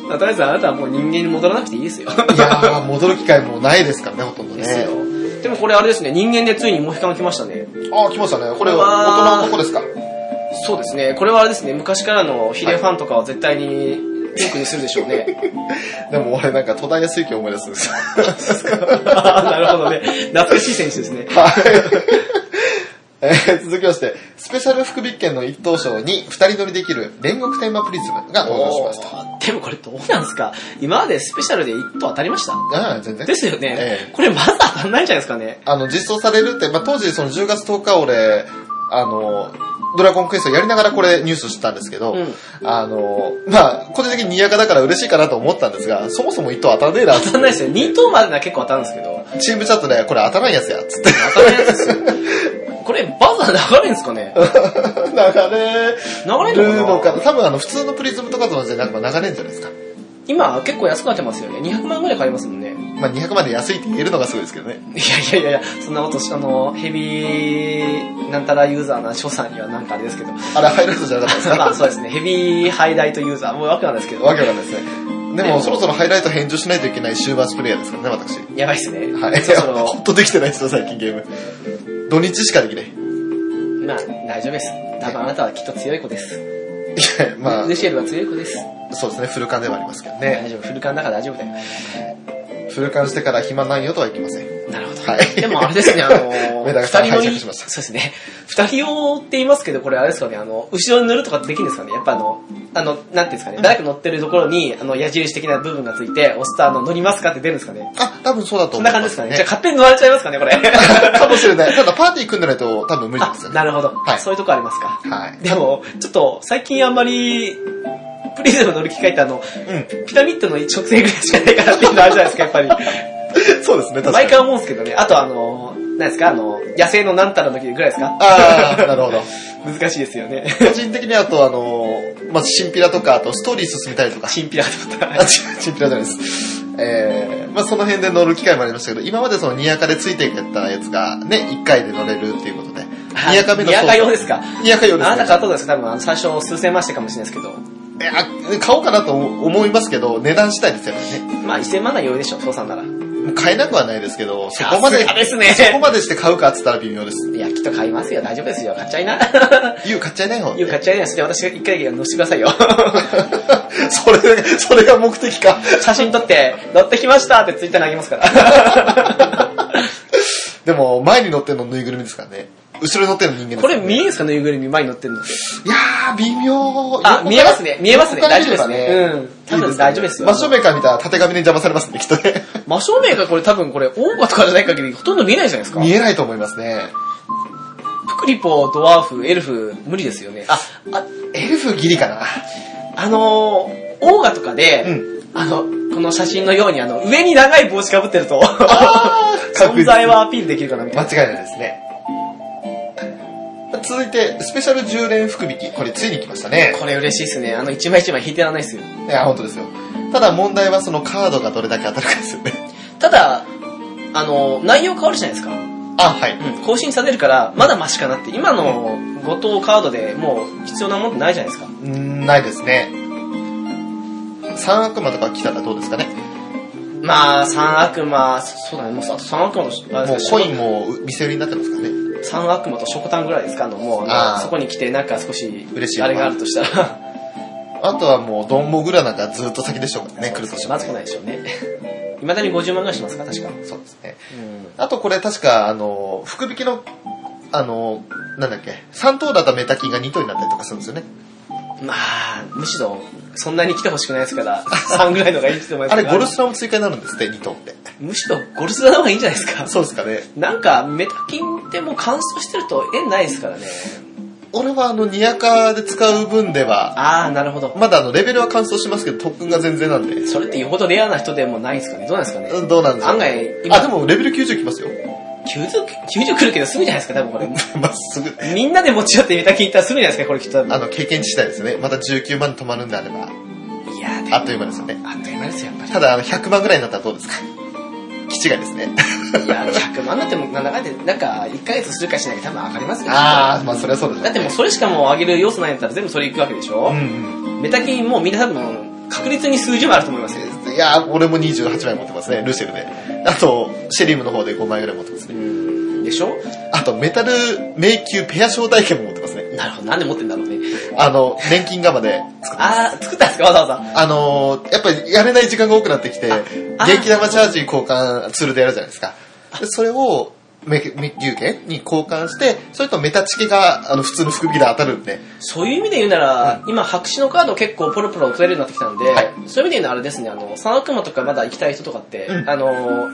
まあとりあえずあなたはもう人間に戻らなくていいですよ。やー、戻る機会もないですからね、ほとんどね。ですよ。でもこれあれですね、人間でついにモヒカン来ましたね。あー、来ましたね。これ、うわー大人の子ですか。そうですね。これはあれですね、昔からのヒデファンとかは絶対にピンクにするでしょうね。でも俺なんか、戸田康之を思い出すんですよ。 なるほどね。懐かしい選手ですね。はい。えー続きまして、スペシャル福引券の一等賞に二人乗りできる煉獄テーマプリズムが登場しました。おーでもこれどうなんですか今までスペシャルで1等当たりましたああ、全然で。すよね、ええこれまだ当たんないんじゃないですかね。あの、実装されるって、まあ、当時その10月10日俺、あの、ドラゴンクエストやりながらこれニュースしたんですけど、うんあの、まあ、個人的ににやかだから嬉しいかなと思ったんですが、そもそも一等当たんねえなって当たんないですよ。2等までなら結構当たるんですけど。チームチャットでこれ当たらんやつや、つって。 当たらないやつですよ。これバザー流れんすかね流れ流れるるののかかな多分あの、普通のプリズムとかと同じでなんか流れるんじゃないですか。今結構安くなってますよね。200万ぐらい買いますもんね。まあ、200まで安いって言えるのがすごいですけどね。いやいやいやいや、そんなことし、あの、ヘビーなんたらユーザーな所さんにはなんかあれですけど。あれ、ハイライトじゃなかったですかまあそうですね、ヘビーハイライトユーザー、もうわけなんですけど。わけわかんないですね。ででも、もそろそろハイライト返上しないといけない終盤スプレイヤーですからね、私。やばいっすね。はい。そろ そろほんとできてないですよ、最近ゲーム。土日しかできない。いまあ、大丈夫です。多分あなたはきっと強い子です。や、まルシエルは強い子です。あ、そうですね、フルカンではありますけどね。大丈夫、フルカンだから大丈夫だよ。フルカンしてから暇ないよとはいきません。なるほど。はいでもあれですね、あ のメダー、カさん二人乗拝り、借しそうまでしたすね。二人用って言いますけど、これあれですかね、あの、後ろに乗るとかできるんですかねやっぱあの、あの、なんていうんですかね、誰か乗ってるところに、あの、矢印的な部分がついて、押すとあの、乗りますかって出るんですかねあ、多分そうだそとん思ない感ま、じですすかね。じゃあ勝手に乗られちゃいますかね、これ。 かもしれない。ただ、パーティー組んでないと多分無理ですあ、よね。なるほど。はいそういうとこありますか。はい。でも、ちょっと、最近あんまり、プリズム乗る機会ってあの、うピラミッドの一直線ぐらいしかないからっていうのあるじゃないですか、やっぱり。ん。そうですね、確か毎に。回思うんですけどね。あとあの、何ですか、あの、野生のなんたらの時ぐらいですかあー、なるほど。難しいですよね。個人的にはあと、あのー、まあ、チンピラとか、あとストーリー進めたりとか。チンピラとか。あ、違う、チンピラじゃないです。えー、まあ、その辺で乗る機会もありましたけど、今までその、ニヤカでついていったやつが、ね、1回で乗れるっていうことで。ニヤカ目の。ニヤカ用ですすか。ニヤカ用あです、なね。た買ったことですか多分あの最初数千万してかもしれないですけど。えあ買おうかなと思いますけど、値段次第ですよね。まあ1000万なら余裕でしょ、父さんなら。もう買えなくはないですけど、そこまで、さすがですねそこまでして買うかっつったら微妙です。いや、きっと買いますよ。大丈夫ですよ。買っちゃいな。 ユう買っちゃいない方いや買っちゃいな。そして私が一回乗せてくださいよ。 それが、それが目的か。写真撮って、乗ってきましたってツイッター投げますから。でも、前に乗ってるのぬいぐるみですからね。後ろに乗ってるの人間で すこかられね見えるんですかぬいぐるみ前に乗ってるのって。いやー、微妙。あ、見えますね。見えますね。横から大見丈夫れですばね。うん。多分大丈夫ですよ。真正面から見たら縦紙に邪魔されますね、きっとね。真正面がこれ多分これ、オーバーとかじゃない限りほとんど見えないじゃないですか。見えないと思いますね。プクリポ、ドワーフ、エルフ、無理ですよね。あ、あ、エルフギリかな。あのー、オーガとかで、あの、この写真のように、あの、上に長い帽子かぶってると、あーかっこ いい存在はアピールできるかなみたい間違いないですね。続いて、スペシャル10連福引き。これついに来ましたねな。。これ嬉しいですね。あの、一枚一枚引いてらんないですよ。いや、本当ですよ。ただ問題はそのカードがどれだけ当たるかですよね。 ただ、あの、内容変わるじゃないですか。あ、はい。うん、更新されるから、まだマシかなって、今の後藤カードでもう必要なもんってないじゃないですか。うんないですね。三悪魔とか来たらどうですかね。まあ、三悪魔、そうだね、もうあと三悪魔の、あもうれですコかインも店売りになってますからね。三悪魔とショコタンぐらいですかあの、もうああーの、そこに来てなんか少し嬉しい、のあがれがあるとしたら、あとはもう、ドンモグラなんかずっと先でしょう からね、来るとしまず来ないでしょうね。 いまだに50万ぐらいしますか確か。そうですね。うん。あとこれ確か、あの、福引きの、あの、なんだっけ、3等だったメタ金が2等になったりとかするんですよね。まあ、むしろ、そんなに来てほしくないですから、3ぐらいの がいいと思いまあすけれ、どゴルスラも追加になるんですって、2等って。むしろゴルスラの方がいいんじゃないですか。そうですかね。なんか、メタキンってもう乾燥してると縁ないですからね。俺はあの、ニヤカで使う分では、あー、なるほど。まだあの、レベルは完走しますけど、特訓が全然なんで。それってよほどレアな人でもないですかね。どうなんですかね。うんどうなんでしょう。案外今あ、でもレベル90きますよ。 90、90来るけどすぐじゃないですか、多分これ。まっすぐ。みんなで持ち寄ってメタキン行ったらすぐじゃないですか、これきっと。あの、経験値次第ですね。また19万止まるんであれば、いやーでもあっという間ですよね。あっという間ですよ、やっぱり。ただ、あの、100万ぐらいになったらどうですか気違いですね。いや、100万だってもう、なんだかんだで、なんか、1ヶ月するかしないで多分上がりますから。 あー、まあ、それはそうですだってもうそれしかもう上げる要素ないんだったら全部それいくわけでしょ、うんメタキンもうみんな多分、確率に数十万あると思いますよ。うん。いやー、俺も28枚持ってますね、ルシェルで。あと、シェリムの方で5枚ぐらい持ってますうね。ん、でしょあと、メタル迷宮ペア招待券も持ってますね。なるほど、なんで持ってんだろうね。あの、年金ガマで。あー、作ったんですか、わざわざ。あのーやっぱりやれない時間が多くなってきて、あ元気玉チャージ交換ツールでやるじゃないですか。でそれを、メメ牛券に交換して、それとメタチケがあの普通の福引きで当たるんで、そういう意味で言うなら、今白紙のカード結構ポロポロ取れるようになってきたんで、はいそういう意味で言うのはあれですね、あの、三悪魔とかまだ行きたい人とかって、うんあの、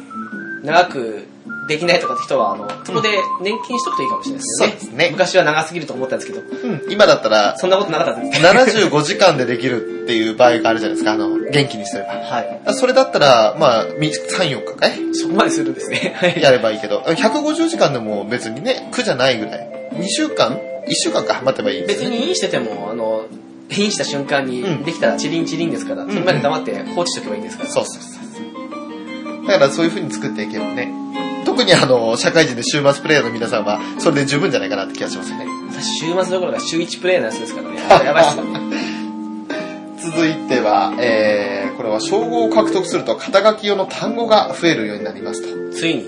長くできないとかって人は、あの、そこで年金しとくといいかもしれないですね。そうですね昔は長すぎると思ったんですけど、うん、今だったらそんなことなかったですね。 75時間でできるっていう場合があるじゃないですか、あの、元気にすれば。はい。それだったら、まあ、み3、4日かいそこまでするんです ね。はい。やればいいけど、150時間でも別にね、苦じゃないぐらい。2週間 ?1 週間か、待てばいいんです別ね。にインしてても、あの、インした瞬間うんにできたらチリンチリンですから、んそれまで黙って放置しとけばいいんですから。そうそうそう。だからそういう風に作っていけばね。特にあの、社会人で週末プレイヤーの皆さんは、それで十分じゃないかなって気がしますね。私、週末どころか週1プレイのやつですからね。やばいっすね。続いては、えー、これは称号を獲得すると肩書き用の単語が増えるようになりますと。ついに。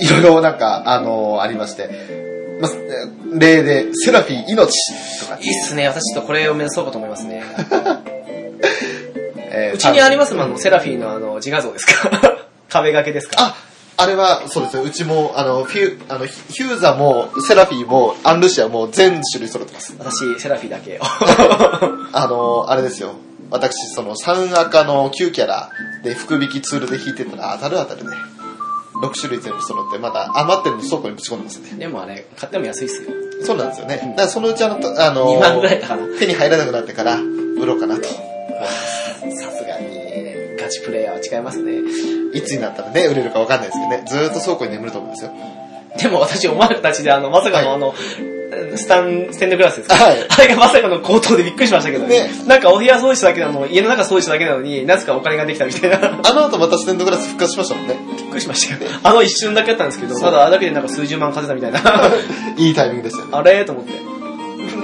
いろいろなんか、あのーありまして。まあ、えー例で、セラフィー命とか、いいっすね。私ちょっとこれを目指そうかと思います ね。えーうちにありますもん、あの、セラフィーのあの、自画像ですか 壁掛けですかあ、あれは、そうですね、うちも、あの、フュー、あの、ヒヒューザも、セラフィーも、アンルシアも全種類揃ってます。私、セラフィーだけを。あの、あれですよ。私、その、3赤の9キャラで、福引きツールで引いてたら当たる当たるで、6種類全部揃って、まだ余ってるの倉庫にぶち込んでますね。 でもあれ、買っても安いっすよ。そうなんですよね。だからそのうちあの、とあの2万ぐらいだから。手に入らなくなってから、売ろうかなと。さすがに、ガチプレイヤーは違いますね。いつになったらね、売れるか分かんないですけどね、ずーっと倉庫に眠ると思うんですよ。でも私、思わぬ形で、あの、まさかのはあの、スタン、ステンドグラスですか、はいあれがまさかの高騰でびっくりしましたけどね。ねなんかお部屋掃除しただけなの、家の中掃除しただけなのに、なぜかお金ができたみたいな。あの後またステンドグラス復活しましたもんね。 びっくりしましたよ。あの一瞬だけだったんですけど、そうまだあれだけでなんか数十万稼いだみたい な。いいタイミングでしたよね。あれと思って。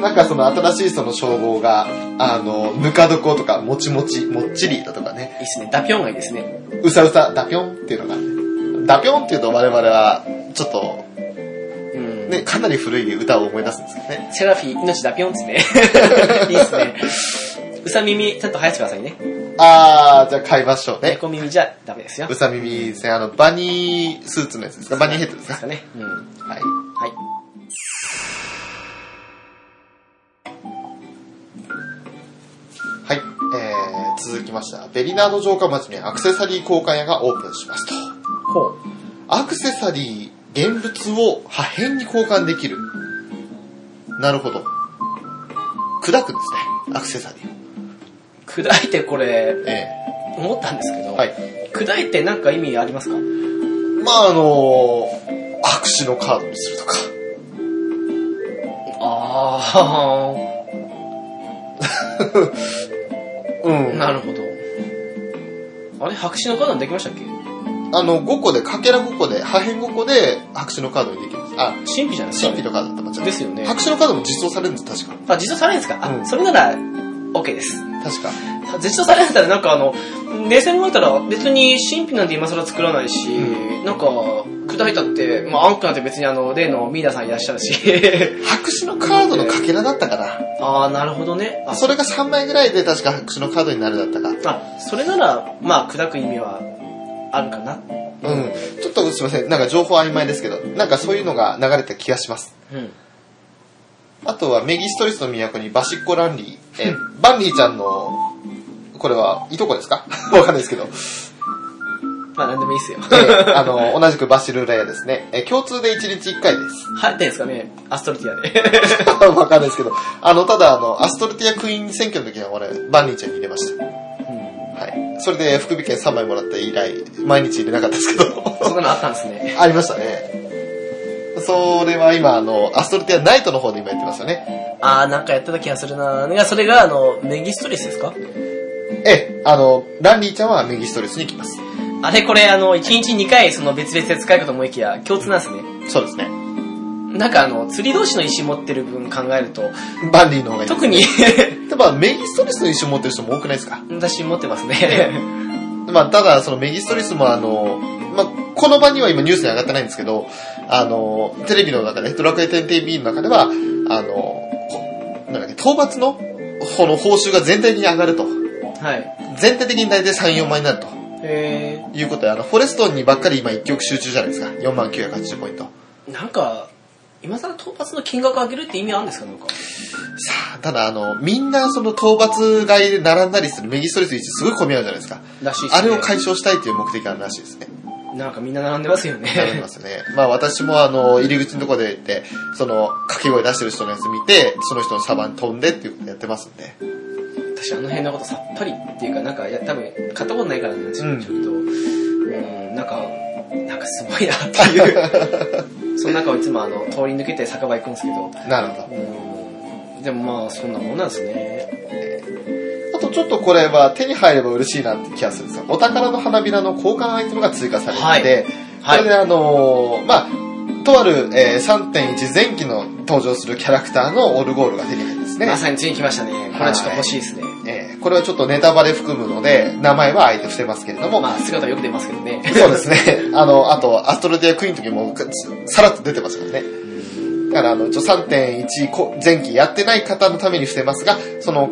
なんかその新しいその称号が、あの、ぬか床とか、もちもち、もっちりだとかね、いいっすね。ダピョンがいいですね。うさうさ、ダピョンっていうのがあって、ダピョンっていうと我々は、ちょっと、うん。ね、かなり古い歌を思い出すんですけどね。セラフィー、命ダピョンっす ね。いいっすね。うさ耳、ちゃんと生やしてくださいね。あー、じゃあ買いましょうね。猫耳じゃダメですよ。うさ耳ですね、あの、バニースーツのやつですかバニーヘッドですですかかね。うん。はい。はい。はい。えー、続きました。ベリナード城下町にアクセサリー交換屋がオープンしますと。ほう。アクセサリー、現物を破片に交換できる。なるほど。砕くんですね。アクセサリーを。砕いてこれ、え思ったんですけど、えはい。砕いてなんか意味ありますかまああのー、握手のカードにするとか。あうあ、 なるほど。あれ白紙のカードできましたっけあの、5個で、かけら5個で、破片5個で、白紙のカードにできるんです。あ、神秘じゃないですか神秘のカードだった間違えたですよね。白紙のカードも実装されるんです、確か。あ、実装されるんですか、うんあ、それなら、OK です。確か。実装されてたらなんかあの、冷静に考えたら別に神秘なんて今更作らないし、うなんか砕いたって、まあアンクなんて別にあの、例のミーナさんいらっしゃるし。 白紙のカードのかけらだったかな。ああ、なるほどね。あ、そそれが3枚ぐらいで確か白紙のカードになるだったか。あそれなら、まあ砕く意味はあるかな。うん。ちょっとすいません。なんか情報曖昧ですけど、なんかそういうのが流れた気がします。うん。あとは、メギストリスの都にバシッコランリー。え、バンリーちゃんの、これは、いとこ ですかわかんないですけど。まあなんでもいいっすよ。 えーあの、同じくバシルレアですね。えー共通で1日1回です。 入ってんですかねアストルティアで。わかんないですけど、あの、ただ、あの、アストルティアクイーン選挙の時は俺、バンニーちゃんに入れました。はい。それで、福引券3枚もらって以来、毎日入れなかったですけど、 そんなのあったんですね。ありましたね。それは今、あの、アストルティアナイトの方で今やってますよね。ああ、なんかやってた気がするな。いやそれがあの、メギストリスですかええ、あの、ランリーちゃんは右ストレスに行きます。あれこれあの、1日2回その別々で使えるかと思いきや、共通なんですね。そうですね。なんかあの、釣り同士の石持ってる分考えると、バンリーの方がいい。特に、 でも、メギストレスの一緒持ってる人も多くないですか私持ってますね。まあ、ただ、そのメギストリスもあの、まあ、この場には今ニュースに上がってないんですけど、あの、テレビの中で、ドラクエ 10TV の中では、あの、こなんだっけ、討伐の、この報酬が全体的に上がると。はい。全体的に大体3、4万になるとえー、いうことで、あの、フォレストにばっかり今一曲集中じゃないですか。4980ポイント。なんか、今更討伐の金額上げるって意味あるんですかなんか。さあ、ただあの、みんなその討伐買いで並んだりするメギストレス1すごい混み合うじゃないですか。らしいですあねれを解消したいという目的があるらしいですね。なんかみんな並んでますよね。なりますね。まあ私もあの、入り口のとこで行って、その、掛け声出してる人のやつ見て、その人のサバン飛んでっていうことやってます んで。私あの辺のことさっぱりっていうか、なんか、いや、多分、買ったことないからなんですうよ、んちょっと。うん、なんか、なんかすごいなっていう。その中をいつもあの、通り抜けて酒場行くんですけど。なるほうん。でもまあ、そんなもんなんですね。ど。あとちょっとこれは手に入れば嬉しいなって気がするんですよ。お宝の花びらの交換アイテムが追加されて、はこれい。であのーまあ、とある、えー3.1前期の登場するキャラクターのオルゴールが手に入るんですね。まさについに来ましたね。これはちょっと欲しいですね。えーこれはちょっとネタバレ含むので、名前はあえて伏せますけれども、まあ、姿はよく出ますけどね。そうですね。 あの、あと、アストロディアクイーンの時も、さらっと出てますからね。だから、あの、ちょ、3.1こ前期やってない方のために伏せますが、その、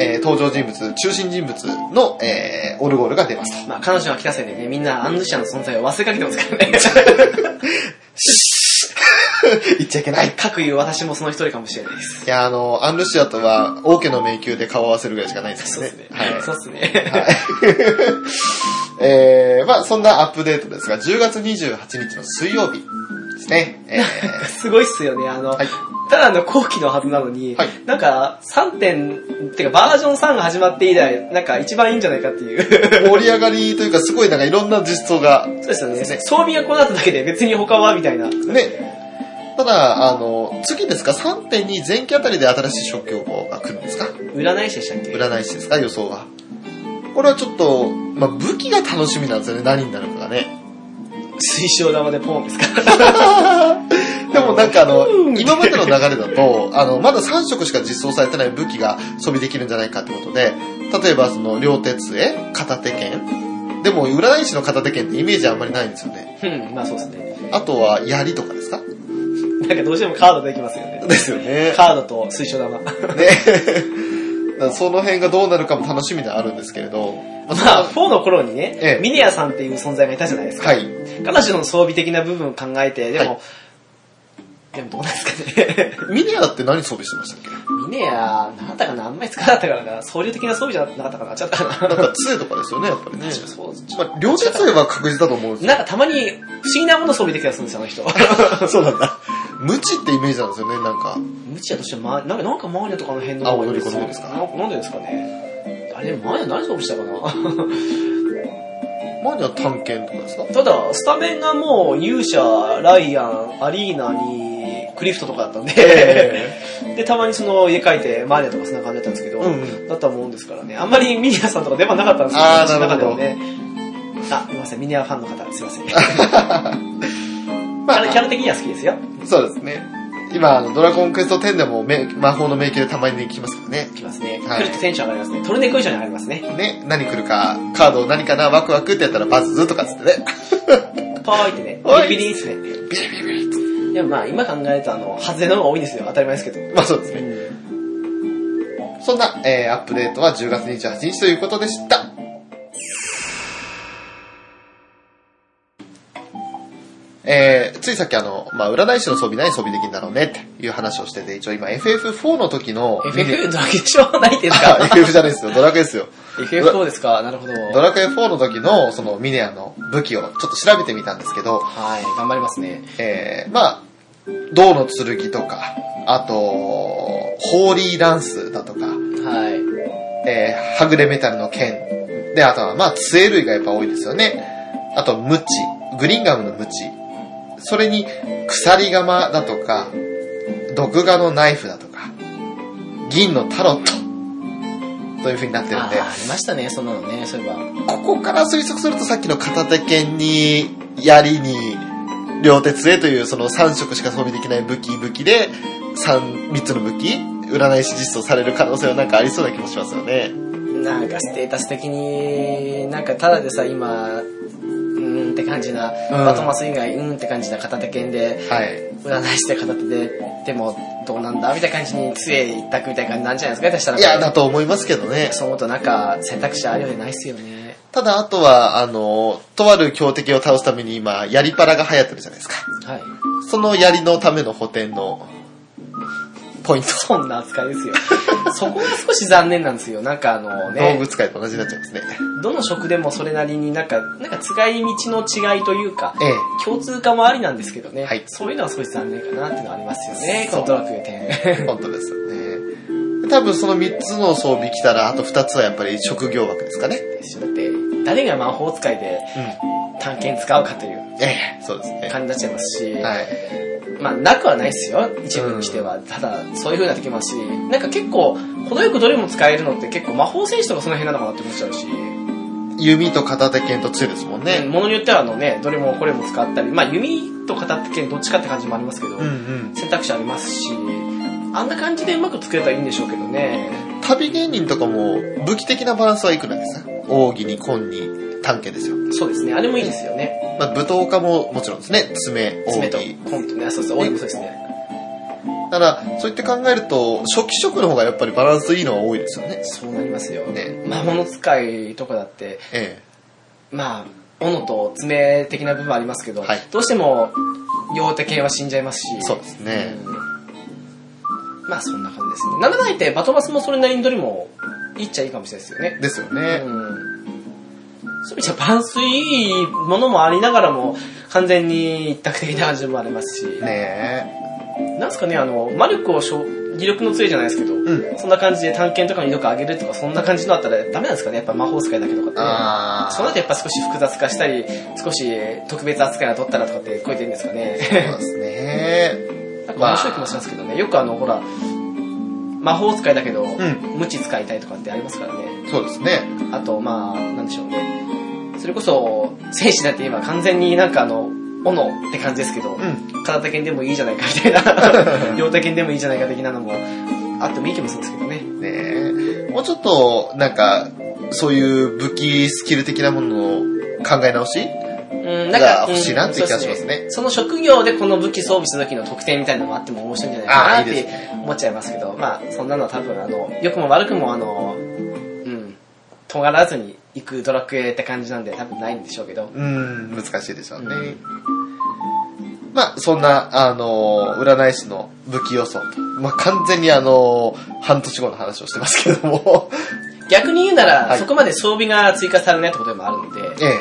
えー登場人物、中心人物の、えーオルゴールが出ますと。まあ、彼女が来たせいでね、みんなアンヌシアの存在を忘れかけてますからね。 言っちゃいけない。各言う私もその一人かもしれないです。いや、あの、アンルシアとは、王家の迷宮で顔を合わせるぐらいしかないですそうかでらすねね。。はい。 そうですね。えー、まあそんなアップデートですが、10月28日の水曜日ですね。えーすごいっすよね、あの、はいただの後期のはずなのに、はいなんか3点、てかバージョン3が始まって以来、なんか一番いいんじゃないかっていう。盛り上がりというか、すごいなんかいろんな実装が、そうですよね。ですね装備がこうなっただけで別に他はみたいな。ね。ただ、あの、次ですか、3.2前期あたりで新しい職業が来るんですか占い師でしたっけ占い師ですか予想は。これはちょっと、まあ武器が楽しみなんですよね、何になるかがね。水晶玉でポンですかでもなんかあの、今までの流れだと、あの、まだ3色しか実装されてない武器が装備できるんじゃないかってことで、例えばその、両手杖、片手剣。でも、占い師の片手剣ってイメージあんまりないんですよね。うん、まあそうですね。あとは、槍とかですかなんかどうしてもカードできますよね。ですよね。カードと水晶玉。ね。 だからその辺がどうなるかも楽しみではあるんですけれど。ままあ、4の頃にね、ええミネアさんっていう存在がいたじゃないですか。はい。彼女の装備的な部分を考えて、でも、はでもどうなんですかね。 ミネアって何装備してましたっけミネア、なんだったかなあんまり使わなかったからな。総量的な装備じゃなかったかなちゃったかな。なんか杖とかですよね、やっぱりね。確かそうですまあ、両手杖は確実だと思うんですよなんかたまに不思議なもの装備できたりするんですよ、あの人。 そうなんだ。無知ってイメージなんですよね、なんか。無知やとしても、ま、なんか、なんかマーニャとかの辺の青のりこの方ですかななんでですかね。あれ、マーニャ何装備したかな 前には探検とかですかただ、スタメンがもう勇者、ライアン、アリーナに、クリフトとかだったんで、で、たまにその家帰ってマーニャとかそんな感じだったんですけど、うんうんだったもんですからね。あんまりミニアさんとか出番なかったんですよ、あー私の中ではなね。あ、すいません、ミニアファンの方、すいま せん。まあの、キャあ、ラ的には好きですよ。そうですね。今、あの、ドラゴンクエスト10でもめ魔法の迷宮でたまに来ますからね。きますね。はい来るとテンション上がりますね。トルネコ以上に上がりますね。ね、何来るか、カード何かな、ワクワクってやったらバズズとかっつってね。パーイってね。おいビリビリですね。ビリビリビリっつっでもまあ、今考えると、あの、外れの方が多いんですよ。当たり前ですけど。てまあそうですね。そんな、えー、アップデートは10月28日ということでした。えー、ついさっきあの、まあ、占い師の装備何装備できんだろうねっていう話をしてて、一応今 FF4 の時の、 FF ドラケチョないですあか FF じゃないですよ、ドラクエですよ。 ?FF どうですかなるほど。ドラクエ4の時の、そのミネアの武器をちょっと調べてみたんですけど、はい、頑張りますね。えー、まあ、銅の剣とか、あと、ホーリーランスだとか、はい。えー、はぐれメタルの剣。で、あとは、まあ、杖類がやっぱ多いですよね。あと、ムチ。グリンガムのムチ。それに、鎖釜だとか、毒画のナイフだとか、銀のタロット。という風になってるんあで、ーありましたね、そんなのね、そういえば。ここから推測するとさっきの片手剣に、槍に、両手杖というその3色しか装備できない武器武器で、3、3つの武器、占い師実装される可能性はなんかありそうな気もしますよね。なんかステータス的に、なんかただでさ、今、うーんって感じな、バトマス以外、うーんって感じな片手剣で、はい。占いして片手で、でもどうなんだみたいな感じに杖一択みたいな感じなんじゃないですか下手したら。いや、だと思いますけどね。そう思うとなんか選択肢あるようでないっすよね。ただ、あとは、あの、とある強敵を倒すために今、槍パラが流行ってるじゃないですか。はい。その槍のための補填の、ポイント。そんな扱いですよ。 そこが少し残念なんですよ。なんかあの動ね、物界と同じになっちゃいますね。どの職でもそれなりになんか、なんか使い道の違いというか、ええ。共通化もありなんですけどね、はいそういうのは少し残念かなっていうのはありますよね、そこうのドラクエ10。 本当ですよね。多分その3つの装備来たら、あと2つはやっぱり職業枠ですかね。だって、誰が魔法使いでうん。探検使うかというええ、そうですね。感じになっちゃいますし、はい。まあなくはないですよ、一部にしては。ただ、そういう風になってきますし、なんか結構、程よくどれも使えるのって結構魔法戦士とかその辺なのかなって思っちゃうし、弓と片手剣と杖ですもんうんね。ものによってはあのね、どれもこれも使ったり、まあ弓と片手剣どっちかって感じもありますけど、ん。選択肢ありますし、あんな感じでうまく作れたらいいんでしょうけどね。旅芸人とかも武器的なバランスはいくらですか奥義に紺に探検ですよ。そうですね、あれもいいですよね。まあ、武闘家ももちろんですね。爪、奥爪と義。コントね、そうですね、多いもそうですね。だから、そういって考えると、初期職の方がやっぱりバランスいいのは多いですよね。そうなりますよ。ね魔物使いとかだって、えまあ、斧と爪的な部分ありますけど、はいどうしても両手系は死んじゃいますえし。そうですね。うんまあそんな感じですね。なんだかんだ言ってバトマスもそれなりにどれもいいっちゃいいかもしれないですよね。ですようね。ん。そういう意味じゃバランスいいものもありながらも、完全に一択的な感じもありますし、ねなんすかね、あの、魔力をしょ威力の強いじゃないですけど、え。うん。そんな感じで探検とかに威力上げるとか、そんな感じのあったらダメなんですかね、やっぱ魔法使いだけとかって。あー。その後やっぱ少し複雑化したり、少し特別扱いが取ったらとかって声出るんですか ね。そうですね。なんか面白い気もしますけどね。よくあの、ほら、魔法使いだけど、ん無知使いたいとかってありますからね。そうですね。あと、まあ、なんでしょうね。それこそ、戦士だって今完全になんかあの、斧って感じですけど、うん。片手剣でもいいじゃないかみたい な、両手剣でもいいじゃないか的なのも、あってもいい気もするんですけどね。ねえ。もうちょっと、なんか、そういう武器スキル的なものの考え直しうん、がうん欲しいなっていう気がしますそうでね。その職業でこの武器装備した時の特典みたいなのもあっても面白いんじゃないかあなあっいいですて思っちゃいますけど、まあそんなのは多分あの、良くも悪くもあの、うん、尖らずに行くドラクエって感じなんで多分ないんでしょうけど、うん、難しいでしょうね。うんまあ、そんな、あのー、占い師の武器予想と。まあ、完全にあのー、半年後の話をしてますけども。 逆に言うなら、はいそこまで装備が追加されないってことでもあるので、ええ。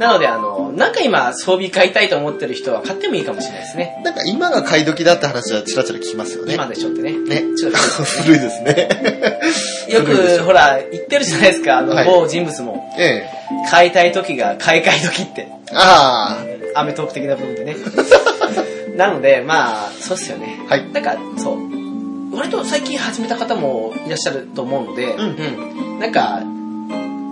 なのであの、なんか今装備買いたいと思ってる人は買ってもいいかもしれないですね。なんか今が買い時だって話はちらちら聞きますよね。今でしょってね。ね。 ちょっと古いですね。 よ古いでしく、ょほら、言ってるじゃないですか、あの、はい某人物も。ええ。買いたい時が買い替え時って。あアメトーク的な部分で ね。なので、まあ、そうっすよねあ。。はい。なんか、そう。割と最近始めた方もいらっしゃると思うので、んうんなんか、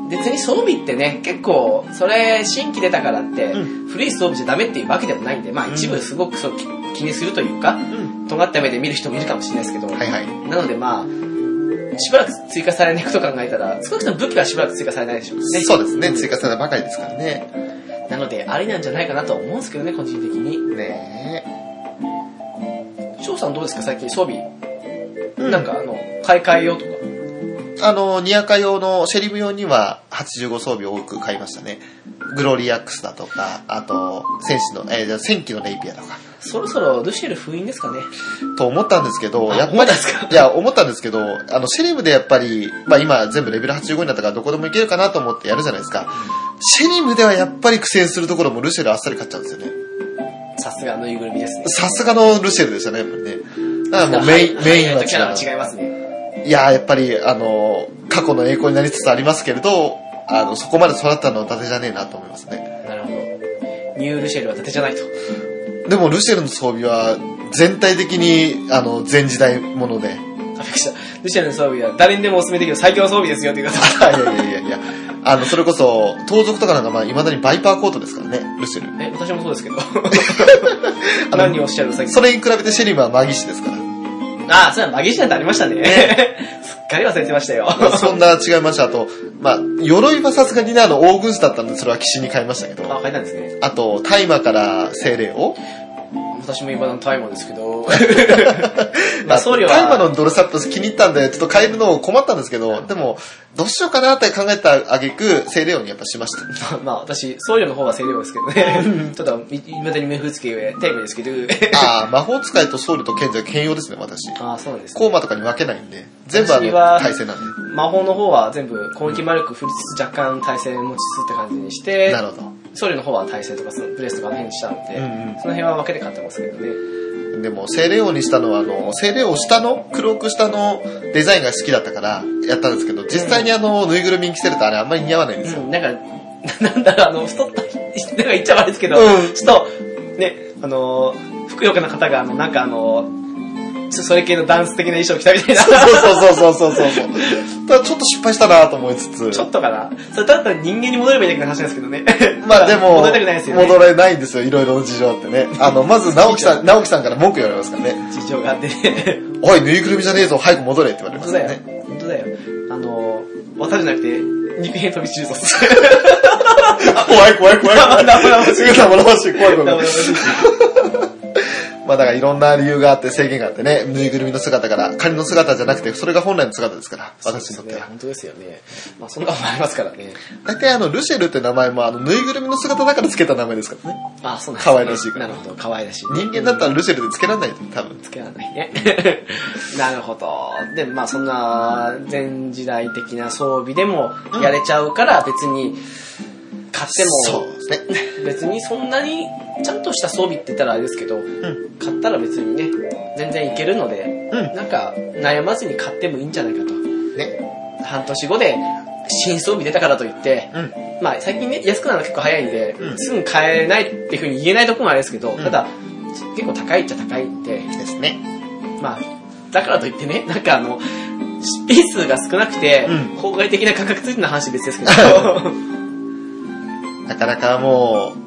別に装備ってね、結構、それ、新規出たからって、う古い装備じゃダメっていうわけでもないんで、まあうん一部すごくそうき気にするというか、うん。尖った目で見る人もいるかもしれないですけど、はいはい。なのでまあ、しばらく追加されないことを考えたら、少なくとも武器はしばらく追加されないでしょうね。そうですね。ん追加されたばかりですからね。なので、ありなんじゃないかなと思うんですけどね、個人的に。ね翔さんどうですか最近装備、え。なんかあの、買い替えようとか。あの、ニアカ用のシェリブ用には85装備を多く買いましたね。グロリアックスだとか、あと、戦士の、えーじゃあ戦機のレイピアとか。そろそろルシエル封印ですかね。と思ったんですけど、あやっ思ぱっりたんですか、いや、思ったんですけど、あの、シェリブでやっぱり、まあ今全部レベル85になったからどこでもいけるかなと思ってやるじゃないですか。シェリブではやっぱり苦戦するところもルシェルあっさり買っちゃうんですよね。さすがぬいぐるみですね。さすがのルシェルでしたね、やっぱりね。だからもうメイン、はいメインははいキャラは違違いますね。う。いやー、やっぱり、あの、過去の栄光になりつつありますけれど、あの、そこまで育ったのは伊達じゃねえなと思いますね。なるほど。ニュールシエルは伊達じゃないと。でも、ルシェルの装備は、全体的に、あの、前時代もので。あ、びっくりした。ルシエルの装備は誰にでもお勧めできる最強装備ですよっていうこと。いやいやいやいや。あの、それこそ、盗賊とかなんか、まあ、未だにバイパーコートですからね、ルシェル。 え、私もそうですけど。の何をおっしゃる最近。それに比べてシェリブはマギ師ですから。ああ、そうや、マギシアンってありましたね。 すっかり忘れてましたよ。 まあそんな違いました。あと、まあ、鎧はさすがにね、あの、大軍師だったんで、それは騎士に変えましたけど。あ、書いたんですね。あと、大麻から精霊をもう私も今の大麻ですけ ど、ままああ、僧侶は大麻のドルサップス気に入ったんで、ちょっと買えるのを困ったんですけど、でも、どうしようかなって考えた挙句、清涼にやっぱしました。 まあ私、僧侶の方が清涼ですけどね。ちょっと、いいまだに目振つけ上、テレビですけ ど。ああ、魔法使いと僧侶と賢者兼用ですね、私。ああ、そうなんです、コね。ーマとかに分けないんで、全部あ私の、は対戦なん魔法の方は全部攻撃魔力振りつつ若干耐性持ちつつって感じにしで。て、なるほど。僧侶の方は耐性とかそのブレスとかあの辺にしたので、うんうんその辺は分けて買ってますけどね。でも、セレオにしたのは、あの、セレオ下の、黒く下のデザインが好きだったから、やったんですけど、実際にあの、ぬいぐるみに着せるとあれあんまり似合わないんですうよ。ん、なんか、 なんだろう、あの、太った、 なんか言っちゃ悪いですけど、うんちょっと、ね、あのー、ふくよかな方が、あの、なんかあの、ちょそれ系のダンス的な衣装着たみたい な。そうそうそうそうそうそう。ただちょっと失敗したなと思いつつ。ちょっとかなそれだったら人間に戻ればいいだけの話なんですけどね。まあでも、 戻りたくないですよね。戻れないんですよ、いろいろ事情あってね。あの、まず、直樹さん、直樹さんから文句言われますからね。事情があって ね。おい、ぬいぐるみじゃねえぞ、早く戻れって言われ本ま当すかだらよね。。本当だよ。あの、綿じゃなくて、肉片飛び中卒。怖い怖い怖い怖い。生々しい 生々しい。怖い怖だいか怖らい。 まあだからいろんな理由があって制限があってね、ぬいぐるみの姿から、仮の姿じゃなくて、それが本来の姿ですから、私にそとうっですねては。本当ですよね。まあそんなことありますからね。大体あの、ルシェルって名前もあの、ぬいぐるみの姿だから付けた名前ですからね。あ、そうなんですね可愛らしいからなるほど、可愛らしい。人間だったらルシェルで付けられないよ、多分。つけられないね。 なるほど。で、まあそんな、全時代的な装備でもやれちゃうから、別に、買ってそも、うですね。別にそんなに、ちゃんとした装備って言ったらあれですけど、ん買ったら別にね、全然いけるので、うんなんか、悩まずに買ってもいいんじゃないかと。ね。半年後で、新装備出たからといって、うん。まあ最近ね、安くなるの結構早いんで、うんすぐ買えないっていうふうに言えないところもあれですけど、んただ、結構高いっちゃ高いんで、ですね。まあ、だからといってね、なんかあの、出品数が少なくて、うん法外的な価格ついての話別ですけ ど、なかなかもう、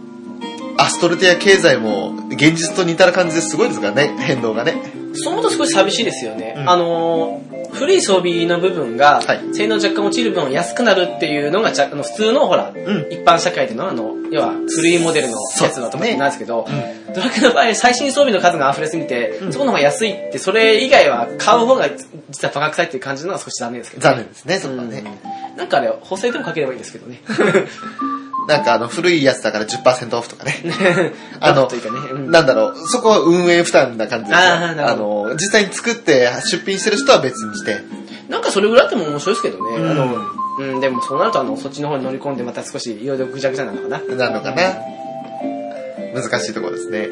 アストルティア経済も現実と似た感じですごいですからね、変動がね。そう思うと少し寂しいですよね。うんあのー、古い装備の部分がは、い性能若干落ちる分安くなるっていうのが、若干あの普通のほら、ん一般社会でのあの、要は古いモデルのやつだと思ってなんですけど、ドラクエの場合最新装備の数が溢れすぎて、んそこの方が安いって、それ以外は買う方が実はバカ臭いっていう感じなのは少し残念ですけど、残念ですね、そこはね。うんなんかあれ、補正でもかければいいんですけ どね。 なんかあの、古いやつだから10%オフとかね。あなんのというかね、うんなんだろう、そこは運営負担な感じですよあーなるほあの、実際に作って出品してる人は別にして。なんかそれぐらいあっても面白いですけどね。うんあのうん、でもそうなるとあの、そっちの方に乗り込んでまた少しいろいろぐちゃぐちゃなのかな。なのかな。難しいところですね。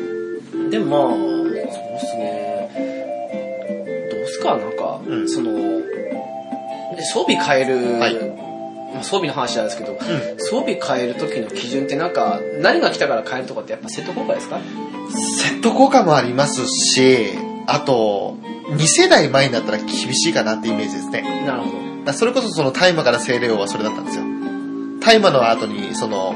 でもまあ、そうっすね。どうっすか、なんか、うんその、で装備変える、はいまあ、装備の話なんですけど、装備変える時の基準ってなんか、何が来たから変えるとかってやっぱセット効果ですかセット効果もありますし、あと、2世代前になったら厳しいかなってイメージですね。なるほど。だからそれこそその大麻から聖霊王はそれだったんですよ。大麻の後に、その、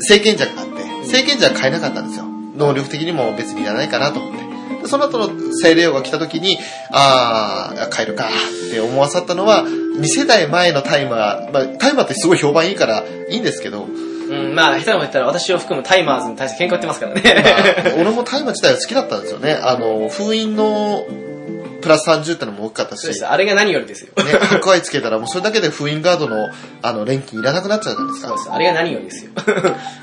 聖賢者があって、聖賢者は買えなかったんですよ。能力的にも別にいらないかなと思って。でその後の聖霊王が来た時に、あー、買えるかって思わさったのは、2世代前の大麻、まあ、大麻ってすごい評判いいからいいんですけど、まうん、まあ、下手なこと言ったら私を含むタイマーズに対して喧嘩売ってますからね。 あ俺も大麻自体は好きだったんですよね。あの、封印のプラス30ってのも大きかったしそうで、すあれが何よりですよ。ね、白愛つけたらもうそれだけで封印ガードの、あの、錬金いらなくなっちゃうじゃないでそすうかで。すあれが何よりですよ。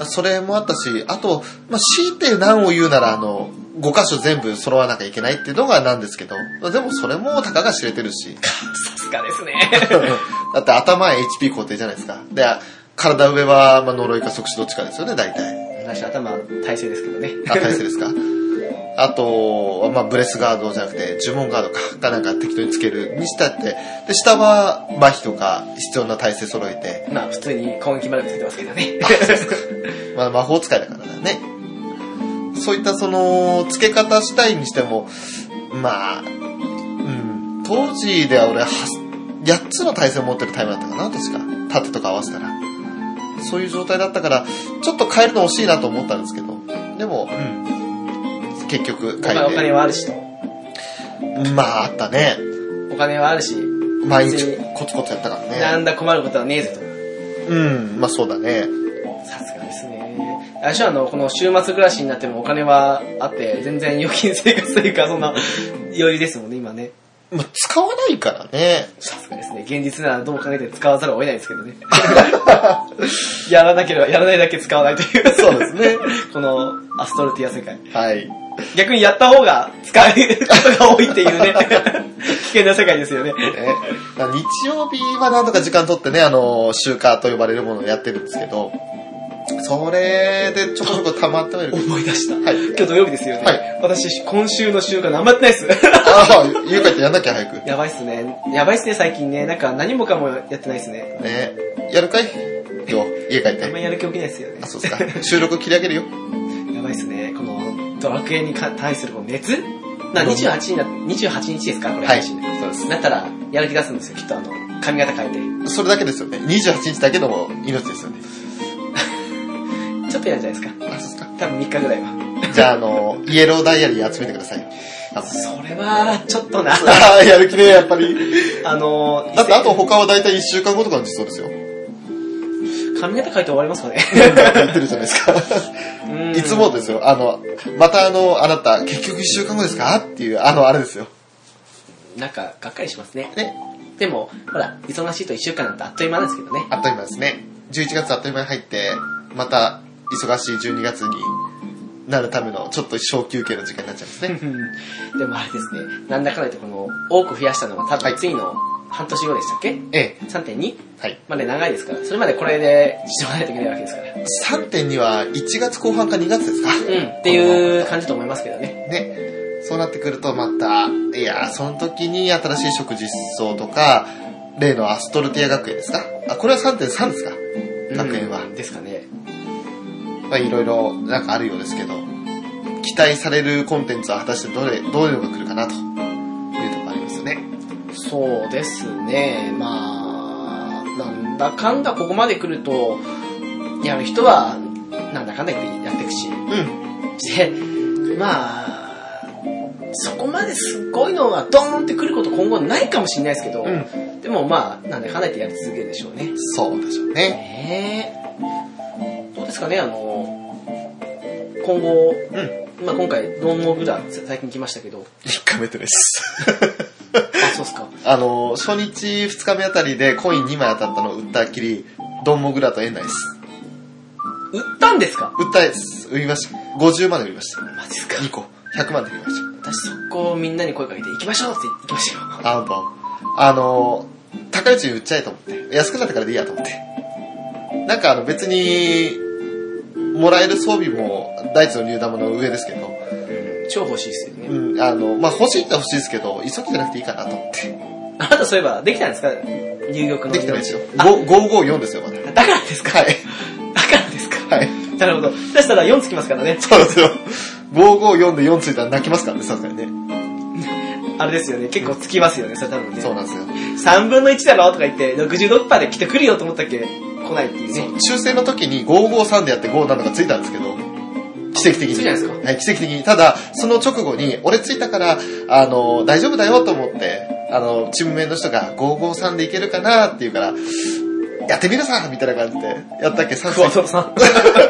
それもあったし、あと、まあ、強いて何を言うなら、あの、5箇所全部揃わなきゃいけないっていうのがなんですけど、でもそれもたかが知れてるし、 さすがですね。 だって頭は HP 固定じゃないですか。で、体上は、まあ、呪いか即死どっちかですよね、大体。私頭、体勢ですけどね。あ、体勢ですか。あと、まあ、ブレスガードじゃなくて、呪文ガードか、がなんか適当につけるにしたって、で、下は麻痺とか必要な体勢揃えて、 まあ、普通に攻撃までつけてますけど ね。まあ、魔法使いだからだね。そういったその、付け方したいにしても、まあ、うん、当時では俺は、8つの対戦を持ってるタイムだったかな、確か。縦とか合わせたら。そういう状態だったから、ちょっと変えるの惜しいなと思ったんですけど、でも、うん、結局 お変金お金えはあるしと。て。まあ、あったね。お金はあるし、毎日コツコツやったからなね。んだ困ることはねえぞと。うん、まあそうだね。さすがですね。あれでしょあの、この週末暮らしになってもお金はあって、全然預金生活というか、そんな余裕ですもんね、今ね。まあ、使わないからね。さすがですね。現実ならどう考えて使わざるを得ないですけど ね。やらなければ、やらないだけ使わないという。そうですね。 このアストルティア世界。はい。逆にやった方が使えることが多いっていう ね。危険な世界ですよね。ね、まあ日曜日はなんとか時間取ってね、あの、週間と呼ばれるものをやってるんですけど、それでちょこちょこ溜まってはいるけど。思い出した。はい。今日土曜日ですよね。はい私、今週の週間頑張ってないっす。 ああ、ゆうかってやんなきゃ早く。やばいっすね。やばいっすね、最近ね。なんか何もかもやってないっすね。ねやるかい今日、家帰っあんまて。りやる気起きないっすよねあ、。そうですか。収録切り上げるよ。やばいっすね。この、ドラクエにか対するこの熱な、28日な、28日ですかこれは配い。そ信。うです。なったら、やる気出すんですよ、きっとあの、髪型変えて。それだけですよね。28日だけのも命ですよね。ちょっとやるんじゃないですか。あ、そうですか。多分3日ぐらいは。じゃあ、あの、イエローダイアリー集めてください。あのそれは、ちょっとな。あーやる気ねえ、やっぱり。あの、だって、 あと他は大体1週間後とかの実装ですよ。髪型変えて終わりますかね。言ってるじゃないですか。うんいつもですよ。あの、またあの、あなた、結局1週間後ですかっていう、あの、あれですよ。なんか、がっかりしますね。ね。でも、ほら、忙しいと1週間なんてあっという間なんですけどね。あっという間ですね。11月あっという間に入って、また、忙しい12月になるための、ちょっと小休憩の時間になっちゃいます ね。うんでもあれですね、なんだかんだ言ってこの、多く増やしたのは多分次の半年後でしたっけええ。 3.2はい。まで長いですから、それまでこれでしとかないといけないわけですから。う3.2は1月後半か2月ですかん、っていう感じと思いますけどね。ね、そうなってくるとまた、いやー、その時に新しい食実装とか、例のアストルティア学園ですかあ、これは3.3ですか学園は。うんですかね。まあいろいろなんかあるようですけど、期待されるコンテンツは果たしてどれ、どういうのが来るかなというところありますよね。そうですね、まあ、なんだかんだここまで来ると、やる人は、なんだかんだ言ってやっていくし、うん。して、まあ、そこまですごいのがドーンって来ること今後ないかもしれないですけど、うんでもまあ、なんでかなりやり続けるでしょうね。そうでしょうね。ねえどうですかね、あの、今後、うん。まあ今回、ドームオブダー最近来ましたけ ど、 1日目とです。あ、そうっすか。あの、初日2日目あたりでコイン2枚当たったのを売ったっきり、ドンモグラと円内です。売ったんですか売ったです。売りました。50万で売りました。マジですか2個。100万で売りました。私そこみんなに声かけて行きましょうって言って行きましたよ。 あんぱん。あの、高いうちに売っちゃえと思って。安くなってからでいいやと思って。なんかあの別に、もらえる装備も、大地の竜玉の上ですけど、超欲しいですよね。うん、あの、まあ、欲しいって欲しいですけど、急ぎじゃなくていいかなと思って。あなたそういえば、できたんですか入玉の。できてないですよ。あ5 554ですよ、まだ。だからですかはい。だからですかはい。なるほど。そしたら4つきますからね。そうですよ。554で4ついたら泣きますからね、さすがにね。あれですよね。結構つきますよね、それ多分ね。そうなんですよ。 3分の1だろとか言って、66%で来てくるよと思ったっけ来ないっていうそうね。抽選の時に553でやって5なのがついたんですけど、奇跡的に。そうじゃないですかはい、奇跡的に。ただ、その直後に、俺ついたから、あの、大丈夫だよと思って、あの、チームメイトの人が553でいけるかなって言うから、やってみるさみたいな感じで、やったっけ ?3 クワつ。トロさん。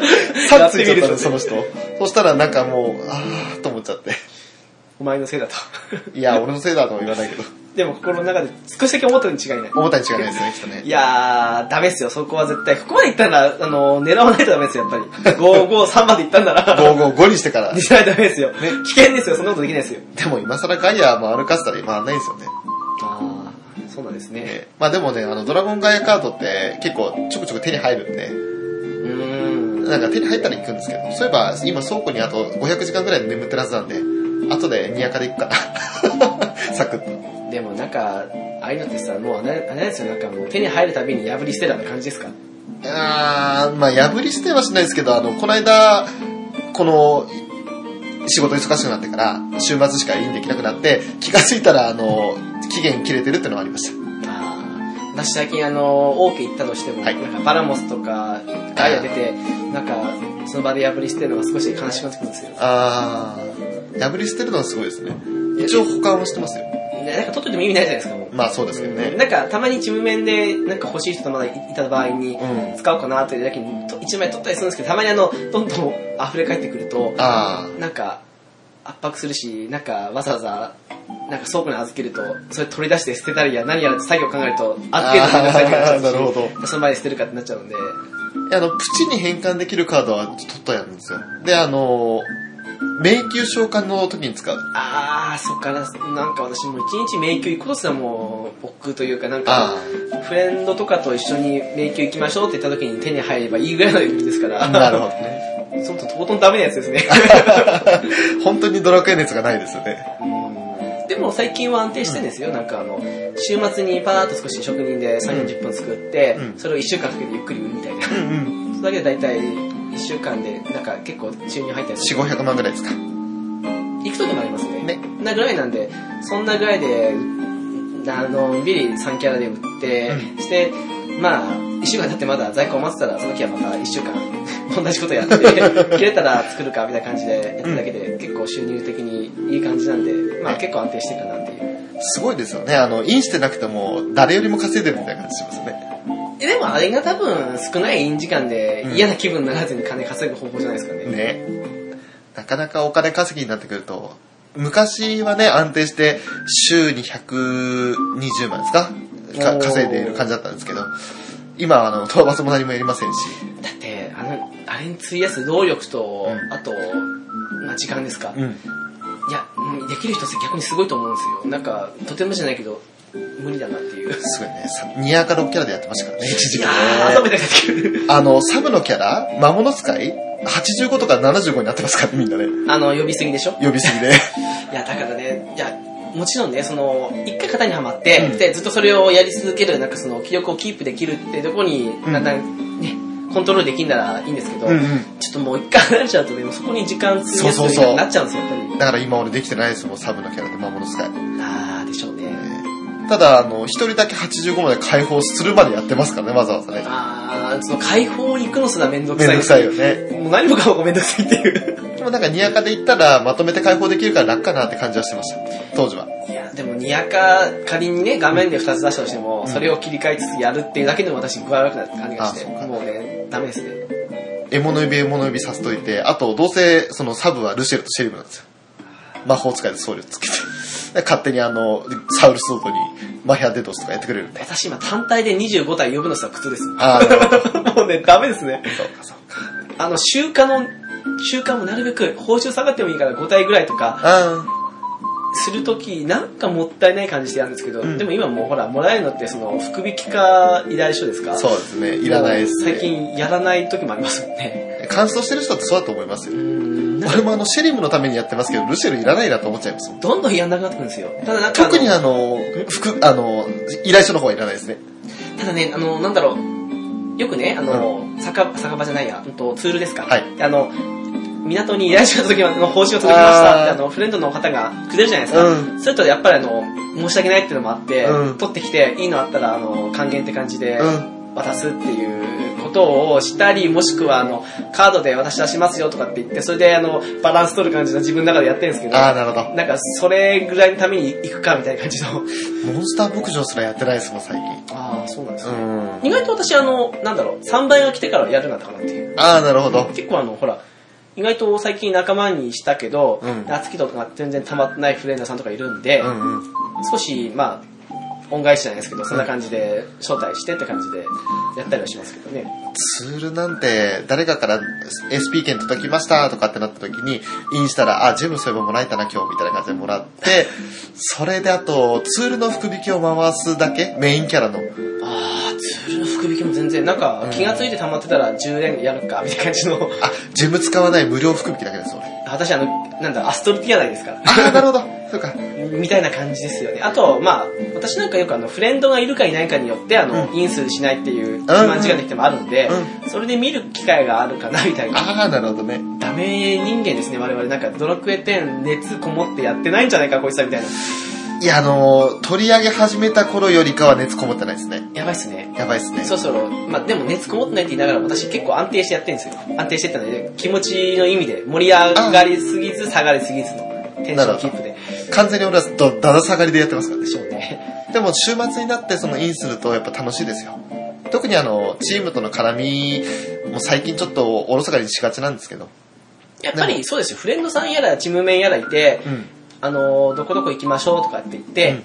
3ついちゃったやってみるの、ぞその人。そしたらなんかもう、あーと思っちゃって。お前のせいだと。 いや、俺のせいだとは言わないけど、でも心の中で少しだけ思ったのに違いない。重たい違いないですね、きっとねい。やー、ダメっすよ、そこは絶対。ここまで行ったんなら、あの、狙わないとダメっすよ、やっぱり。553まで行ったんな ら、 555にしてから狙。いダメですよ。危険ですよ、そんなことできないですよ。でも今更ガイアも歩かせたら今はないんですよね。あー、そうなんですね。えーまあでもね、あの、ドラゴンガイアカードって結構ちょくちょく手に入るんで、うーん。なんか手に入ったら行くんですけど、そういえば今倉庫にあと500時間ぐらい眠ってるはずなんで、後でニヤカで行くかな。 サクッと。でもなんか、ああいうのってさ、もうあれあれですよ、なんかもう手に入るたびに破り捨てたな感じですかあーまあ破り捨てはしないですけど、あの、この間、この、仕事忙しくなってから、週末しかインできなくなって、気がついたら、あの、期限切れてるってのがありました。あー私最近あの、オーケー行ったとしても、はいなんかバラモスとか、ガイア出て、なんか、その場で破り捨てるのが少し悲しくなってくるんですよ。あー破り捨てるのはすごいですね。一応保管はしてますよ。ね、なんか取っといてっても意味ないじゃないですか、もう。まあそうですよね。なんか、たまにチーム面で、なんか欲しい人とまだいた場合にう、ん使おうかなというだけに、と一枚取ったりするんですけど、たまにあの、どんどん溢れ返ってくると、あなんか、圧迫するし、なんか、わざわざ、なんか倉庫に預けると、それ取り出して捨てたりや、何やらって作業考えると、ある程度めんどくさいってなっちゃうしあーなるほその前に捨てるかってなっちゃうんで、あ。あの、プチに変換できるカードは取っとやるんですよ。で、あの、迷宮召喚の時に使う。あー、そっから、なんか私もう一日迷宮行くことすらもう、僕というか、なんか、あフレンドとかと一緒に迷宮行きましょうって言った時に手に入ればいいぐらいの勢いですから。あ。なるほどね。そのととことんダメなやつですね。本当にドラクエ熱がないですよね。でも最近は安定してんですよ。なんかあの、週末にパーッと少し職人で3、40分作って、うんそれを1週間かけてゆっくり売るみたいな。うんうん。それだけで大体1週間で、なんか結構収入入ったりす4、る。 500万ぐらいですか。行くときもありますね。ね。なぐらいなんで、そんなぐらいで、あの、ビリ3キャラで売って、うして、まあ、1週間経ってまだ在庫を待ってたら、その時はまた1週間同じことや って、切れたら作るかみたいな感じでやっただけで、結構収入的にいい感じなんで、まあね結構安定してるかなっていう。すごいですよね。あの、インしてなくても、誰よりも稼いでるみたいな感じしますね。えでもあれが多分少ないイン時間でうん嫌な気分にならずに金稼ぐ方法じゃないですかね。ね。なかなかお金稼ぎになってくると、昔はね、安定して、週に120万ですかかおー稼いでいる感じだったんですけど、今は、あの、討伐も何もやりませんし、だって、あの、あれに費やす労力と、うんあと、まあ時間ですか。うん。いや、うんできる人って逆にすごいと思うんですよ。なんか、とてもじゃないけど、無理だなっていう。すごいね。さニアカロキャラでやってましたからね、 一時い期やね。ー、頭痛くなってくる。あの、サブのキャラ、魔物使い、85とか75になってますからね、みんなね。 あの、呼びすぎでしょ呼びすぎで。いや、だからね、いや、もちろんね、その、一回型にはまって、うんで、ずっとそれをやり続ける、なんかその、気力をキープできるってとこに、うんだんだん、ね、コントロールできんならいいんですけど、 うんうん。ちょっともう一回離れちゃうとね、もうそこに時間費やすそうそう時そう間になっちゃうんですよ、やっぱり。だから今俺できてないですもん、サブのキャラで魔物使い。あー、でしょうね。ただ、あの、一人だけ85まで解放するまでやってますからね、わざわざね。あー、その、解放行くのすらめんどくめんさどい。くさいよね。もう何もかもめんどくさいっていう。でもなんか、ニアカで行ったら、まとめて解放できるから楽かなって感じはしてました。当時は。いや、でも、ニアカ、仮にね、画面で2つ出したとしても、んそれを切り替えつつやるっていうだけでも私、具合悪くなって感じがして、あそうかもうね、ダメですね。獲物指、獲物指させといて、あと、どうせ、そのサブはルシエルとシェリブなんですよ。魔法使いで僧侶つけて。で勝手にあの、サウルスートにマヒアデトスとかやってくれるんで。私、今、単体で25体呼ぶのさ、苦痛です。ああ、なるほど。 もうね、ダメですね。そうか、そうか。あの、週間の、週間もなるべく、報酬下がってもいいから5体ぐらいとか、あするとき、なんかもったいない感じしてやるんですけど、うんでも今もうほら、もらえるのって、その、福引きか、依頼書ですかあ、そうですね。いらないですね。最。近、やらない時もありますよね。乾燥してる人ってそうだと思いますうよ。ん俺もあの、シェリムのためにやってますけど、ルシエルいらないなと思っちゃいますもん。どんどんやんなくなってくるんですよ。ただなんかあの特にあの、服、あの、依頼書の方はいらないですね。ただね、あの、なんだろう、よくね、あの、酒酒場じゃないや、うんとツールですか。はいであの、港に依頼した時の報酬を届きましたあーであの、フレンドの方がくれるじゃないですか。ん。それとやっぱりあの、申し訳ないっていうのもあって、うん取ってきて、いいのあったら、あの、還元って感じで、うん。渡すっていうことをしたり、もしくはあの、カードで私出しますよとかって言って、それであの、バランス取る感じの自分の中でやってるんですけど、ああ、なるほなんか、それぐらいのために行くかみたいな感じの。ど。モンスター牧場すらやってないですもん、最近。ああ、そうなんですねうん。意外と私あの、なんだろう、3倍が来てからやるなったかなっていう。ああ、なるほど。結構あの、ほら、意外と最近仲間にしたけど、うん夏希とかが全然溜まってないフレンドさんとかいるんで、うんうん。少し、まあ、恩返しじゃないですけど、そんな感じで招待してって感じでやったりはしますけどね。ツールなんて、誰かから SP 券届きましたとかってなった時に、インしたら、あ、ジムそういえばもらえたな、今日、みたいな感じでもらって、それであと、ツールの福引きを回すだけ、メインキャラの。ああ、ツールの福引きも全然、なんか気がついて溜まってたら10連やるか、みたいな感じの。 あ、ジム使わない無料福引きだけです、俺。私あの、なんだろう、アストルティアないですから。ああ、なるほど。そうか。みたいな感じですよね。あと、まあ、私なんかよくあの、フレンドがいるかいないかによって、あの、う因数しないっていう、満時間の時もあるんで、それで見る機会があるかな、みたいな。ああ、なるほどね。ダメ人間ですね、我々。なんか、ドラクエ10熱こもってやってないんじゃないか、こいつら、みたいな。いや、あのー取り上げ始めた頃よりかは熱こもってないですね。やばいっすね。やばいですね。そろそろ、まあ、でも熱こもってないって言いながら、私結構安定してやってるんですよ。安定してたので、気持ちの意味で、盛り上がりすぎず、下がりすぎずの、テンションキープで。完全に俺はどだだ下がりでやってますからね。そうね。でも週末になってそのインするとやっぱ楽しいですよ。特にあの、チームとの絡みも最近ちょっとおろそかにしがちなんですけど。やっぱりそうですよ、フレンドさんやらチームメンやらいて、うん。あのどこどこ行きましょうとかって言って、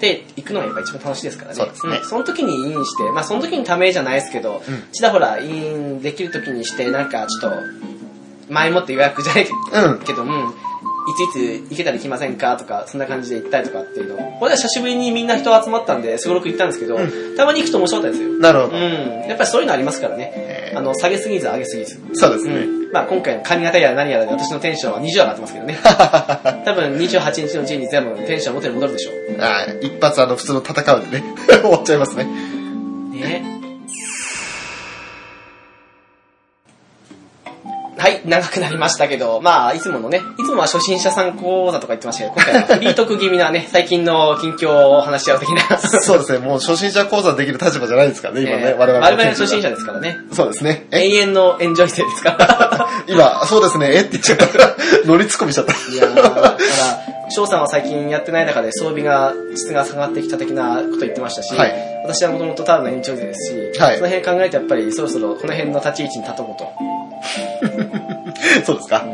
で、行くのがやっぱ一番楽しいですからね。そうですねんその時にインして、まあその時にためじゃないですけど、うんちらほらインできる時にして、なんかちょっと、前もって予約じゃないうん。けど、うん、いついつ行けたら行きませんかとか、そんな感じで行ったりとかっていうの。これは久しぶりにみんな人集まったんで、すごろく行ったんですけど、うたまに行くと面白かったですよ。なるほうど。ん。やっぱりそういうのありますからね。えーあの、下げすぎず上げすぎず。そうですね。うん。まあ今回の髪型やら何やらで私のテンションは20上がってますけど ね。多分28日のうちに全部テンション元に戻るでしょう。あー一発あの、普通の戦うんでね。 終わっちゃいますね。ね。はい、長くなりましたけど、まあ、いつものね、いつもは初心者さん講座とか言ってましたけど、今回はフリートーク気味なね、 最近の近況を話し合う的な。そうですね。もう初心者講座できる立場じゃないですからね、今ね。えー我々我々の初心者でですからね。す。そうですね。え永遠のエンジョイ生ですから。今、そうですね。えって言っちゃった。 乗りツッコミしちゃった。 いやーだから、翔さんは最近やってない中で装備が、質が下がってきた的なこと言ってましたし、はい私はもともとただの延長勢ですし、はいその辺考えてやっぱりそろそろこの辺の立ち位置に立とうと。そうですか。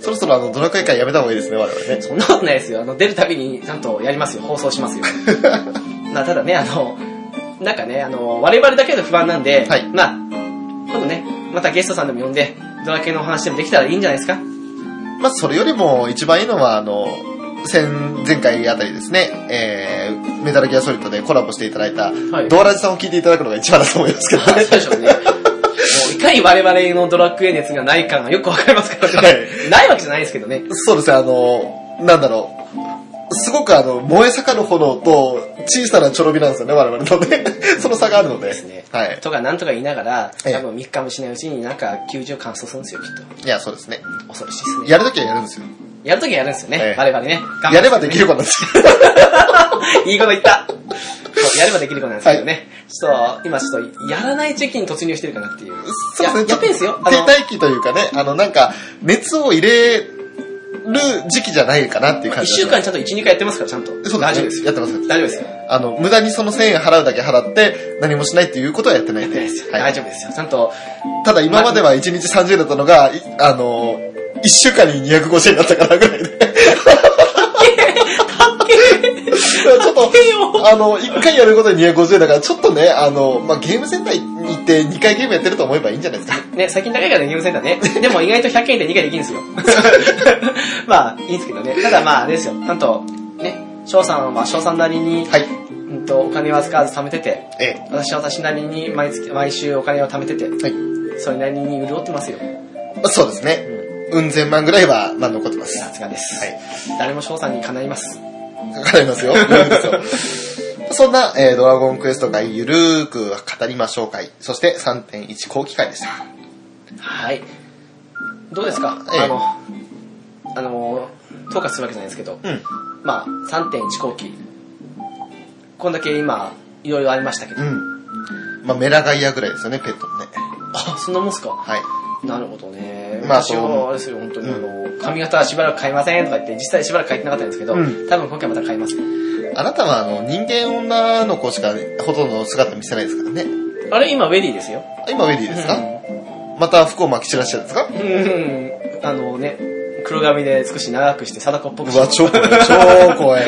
そろそろあの、ドラクエ会やめた方がいいですね、我々ね。そんなことないですよ。あの、出るたびにちゃんとやりますよ。放送し ますよ。まあ、ただね、あの、なんかね、あの、我々だけの不安なんで、はいまあ、今度ね、またゲストさんでも呼んで、ドラケのお話でもできたらいいんじゃないです か。まあ、それよりも一番いいのは、あの、先、前回あたりですね、えー、メタルギアソリッドでコラボしていただいた、いドアラジさんを聞いていただくのが一番だと思いますけどね。そうでしょうね。もういかに我々のドラッグエ熱がないかがよくわかりますからね。はないわけじゃないですけどね。 そうですね、あの、なんだろう。すごくあの、燃え盛る炎と小さなちょろびなんですよね、我々のね。 その差があるので。すねはい。とかなんとか言いながら、ええ多分3日もしないうちになんか90完走するんですよ、きっと。いや、そうですね。恐ろしいですね。やるときはやるんですよ。やるときはやるんですよね。ええ我々ね。頑張やってればできることなんですよ。 いいこと言ったそうやればできることなんですけどね。ちょっと、今ちょっと、やらない時期に突入してるかなって いう。そうですね。ややってんすよ。あ停の、滞期というかね、あの、なんか、熱を入れる時期じゃないかなっていう感1じ。週間ちゃんと1、2回やってますから、ちゃんと。そう大丈夫ですねですよ。やってます。大丈夫ですよ。あの、無駄にその1000円払うだけ払って、何もしないっていうことはやってないん大丈夫でですよ。。は大い丈夫ですよ。ちゃんと、ただ今までは1日30だったのが、いあの、1週間に250円だったからぐらいで。 ちょっと、あの、1回やることに250円だから、ちょっとね、あの、まあ、ゲームセンターに行って2回ゲームやってると思えばいいんじゃないですか。ね、最近高いからね、ゲームセンター ね。でも意外と100円で2回できるんですよ。 まあ、いいんですけどね。ただまあ、あれですよ。なんと、ね、翔さんは翔さんなりに、はい。うんと、お金は使わず貯めてて、ええ。私は私なりに毎月、毎週お金を貯めてて、はい。それなりに潤ってますよ。まあ、そうですね。ううん、千万ぐらいは、まあ、残ってます。さすがです。はい。誰も翔さんにかないます。かかりますよ。そんな、えードラゴンクエスト会ゆるーく語りましょう会、そして3.1後期会でした。はい。どうですか、ええあの、あの、統括するわけじゃないですけど、うん。まあ、3.1後期。こんだけ今、いろいろありましたけど。うん。まあ、メラガイアぐらいですよね、ペットのね。あ、そんなもんすかはい。なるほどね。まあ私はあれですよ、本当にあの、髪型はしばらく変えませんとか言って、実際しばらく変えてなかったんですけど、うん多分今回また変えます。あなたは、あの、人間女の子しか、ほとんど姿見せないですからね。あれ、今、ウェディですよ。今、ウェディですか、また、服を巻き散らしてるんですかうんうん。あのね、黒髪で少し長くして、貞子っぽくうして。わ、超怖い、超怖い。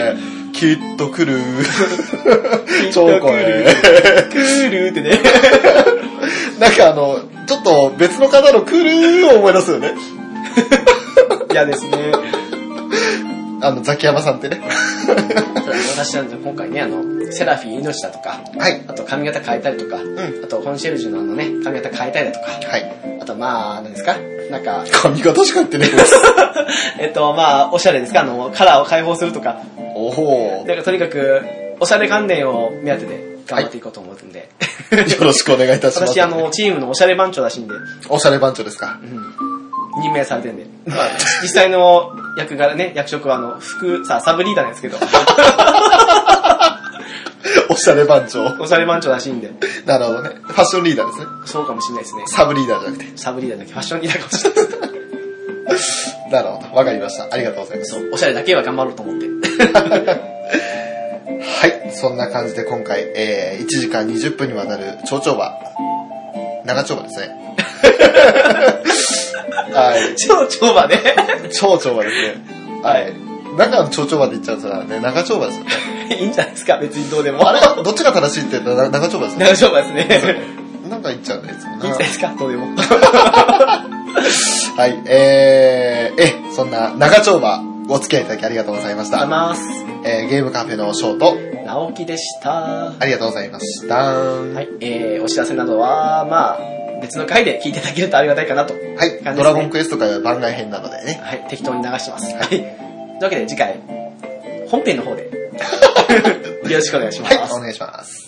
きっと来る。 超怖い。クールってね。 なんかあの、ちょっと別の方の来るを思い出すよね。嫌ですね。あの、ザキヤマさんってね。ただ私なんで今回ね、あの、セラフィー命だとか、はい。あと髪型変えたりとか、んあとコンシェルジュのあのね、髪型変えたりだとか、はい。あとまあ、何ですかなんか、髪型しか言ってねえっとまあ、おしゃれですかあの、カラーを解放するとか、え。おほなんかとにかく、おしゃれ関連を目当てで頑張っていこうと思うんで。ー。よろしくお願いいたします。私、あの、チームのおしゃれ番長らしいんで、おしゃれ番長ですか。任命されてんで。実際の役柄ね、役職はあの、副、さ、サブリーダーなんですけど、おしゃれ番長。おしゃれ番長らしいんで、なるほどね。ファッションリーダーですね。そうかもしれないですね。サブリーダーじゃなくて。サブリーダーだけファッションリーダーかもしれないです。なるほど。わかりました。ありがとうございます。そう、おしゃれだけは頑張ろうと思って。 はい。そんな感じで今回、えー、1時間20分にわたる蝶々は、長丁場ですね。 はい。超超 場ね。蝶々はですね。はい。中の蝶々まで行っちゃうからね、長丁場ですよね。いいんじゃないですか、別にどうでも。あれはどっちが正しいって言ったら長丁場ですね。大丈夫ですね。なんか言っちゃうね、いつもいいんじゃなないですか、どうでも。はい。えー、え、そんな長丁場、お付き合いいただきありがとうございましあた。ます。えー、ゲームカフェのショート、直樹でした。は、ありがとうございました。はいえー、お知らせなどは、まあ、別の回で聞いていただけるとありがたいかなと。い。ドラゴンクエスト会は番外編なのでね。はい、適当に流してます。はい。と いうわけで次回、本編の方で、よろしくお願いしまはい、す。お願いします。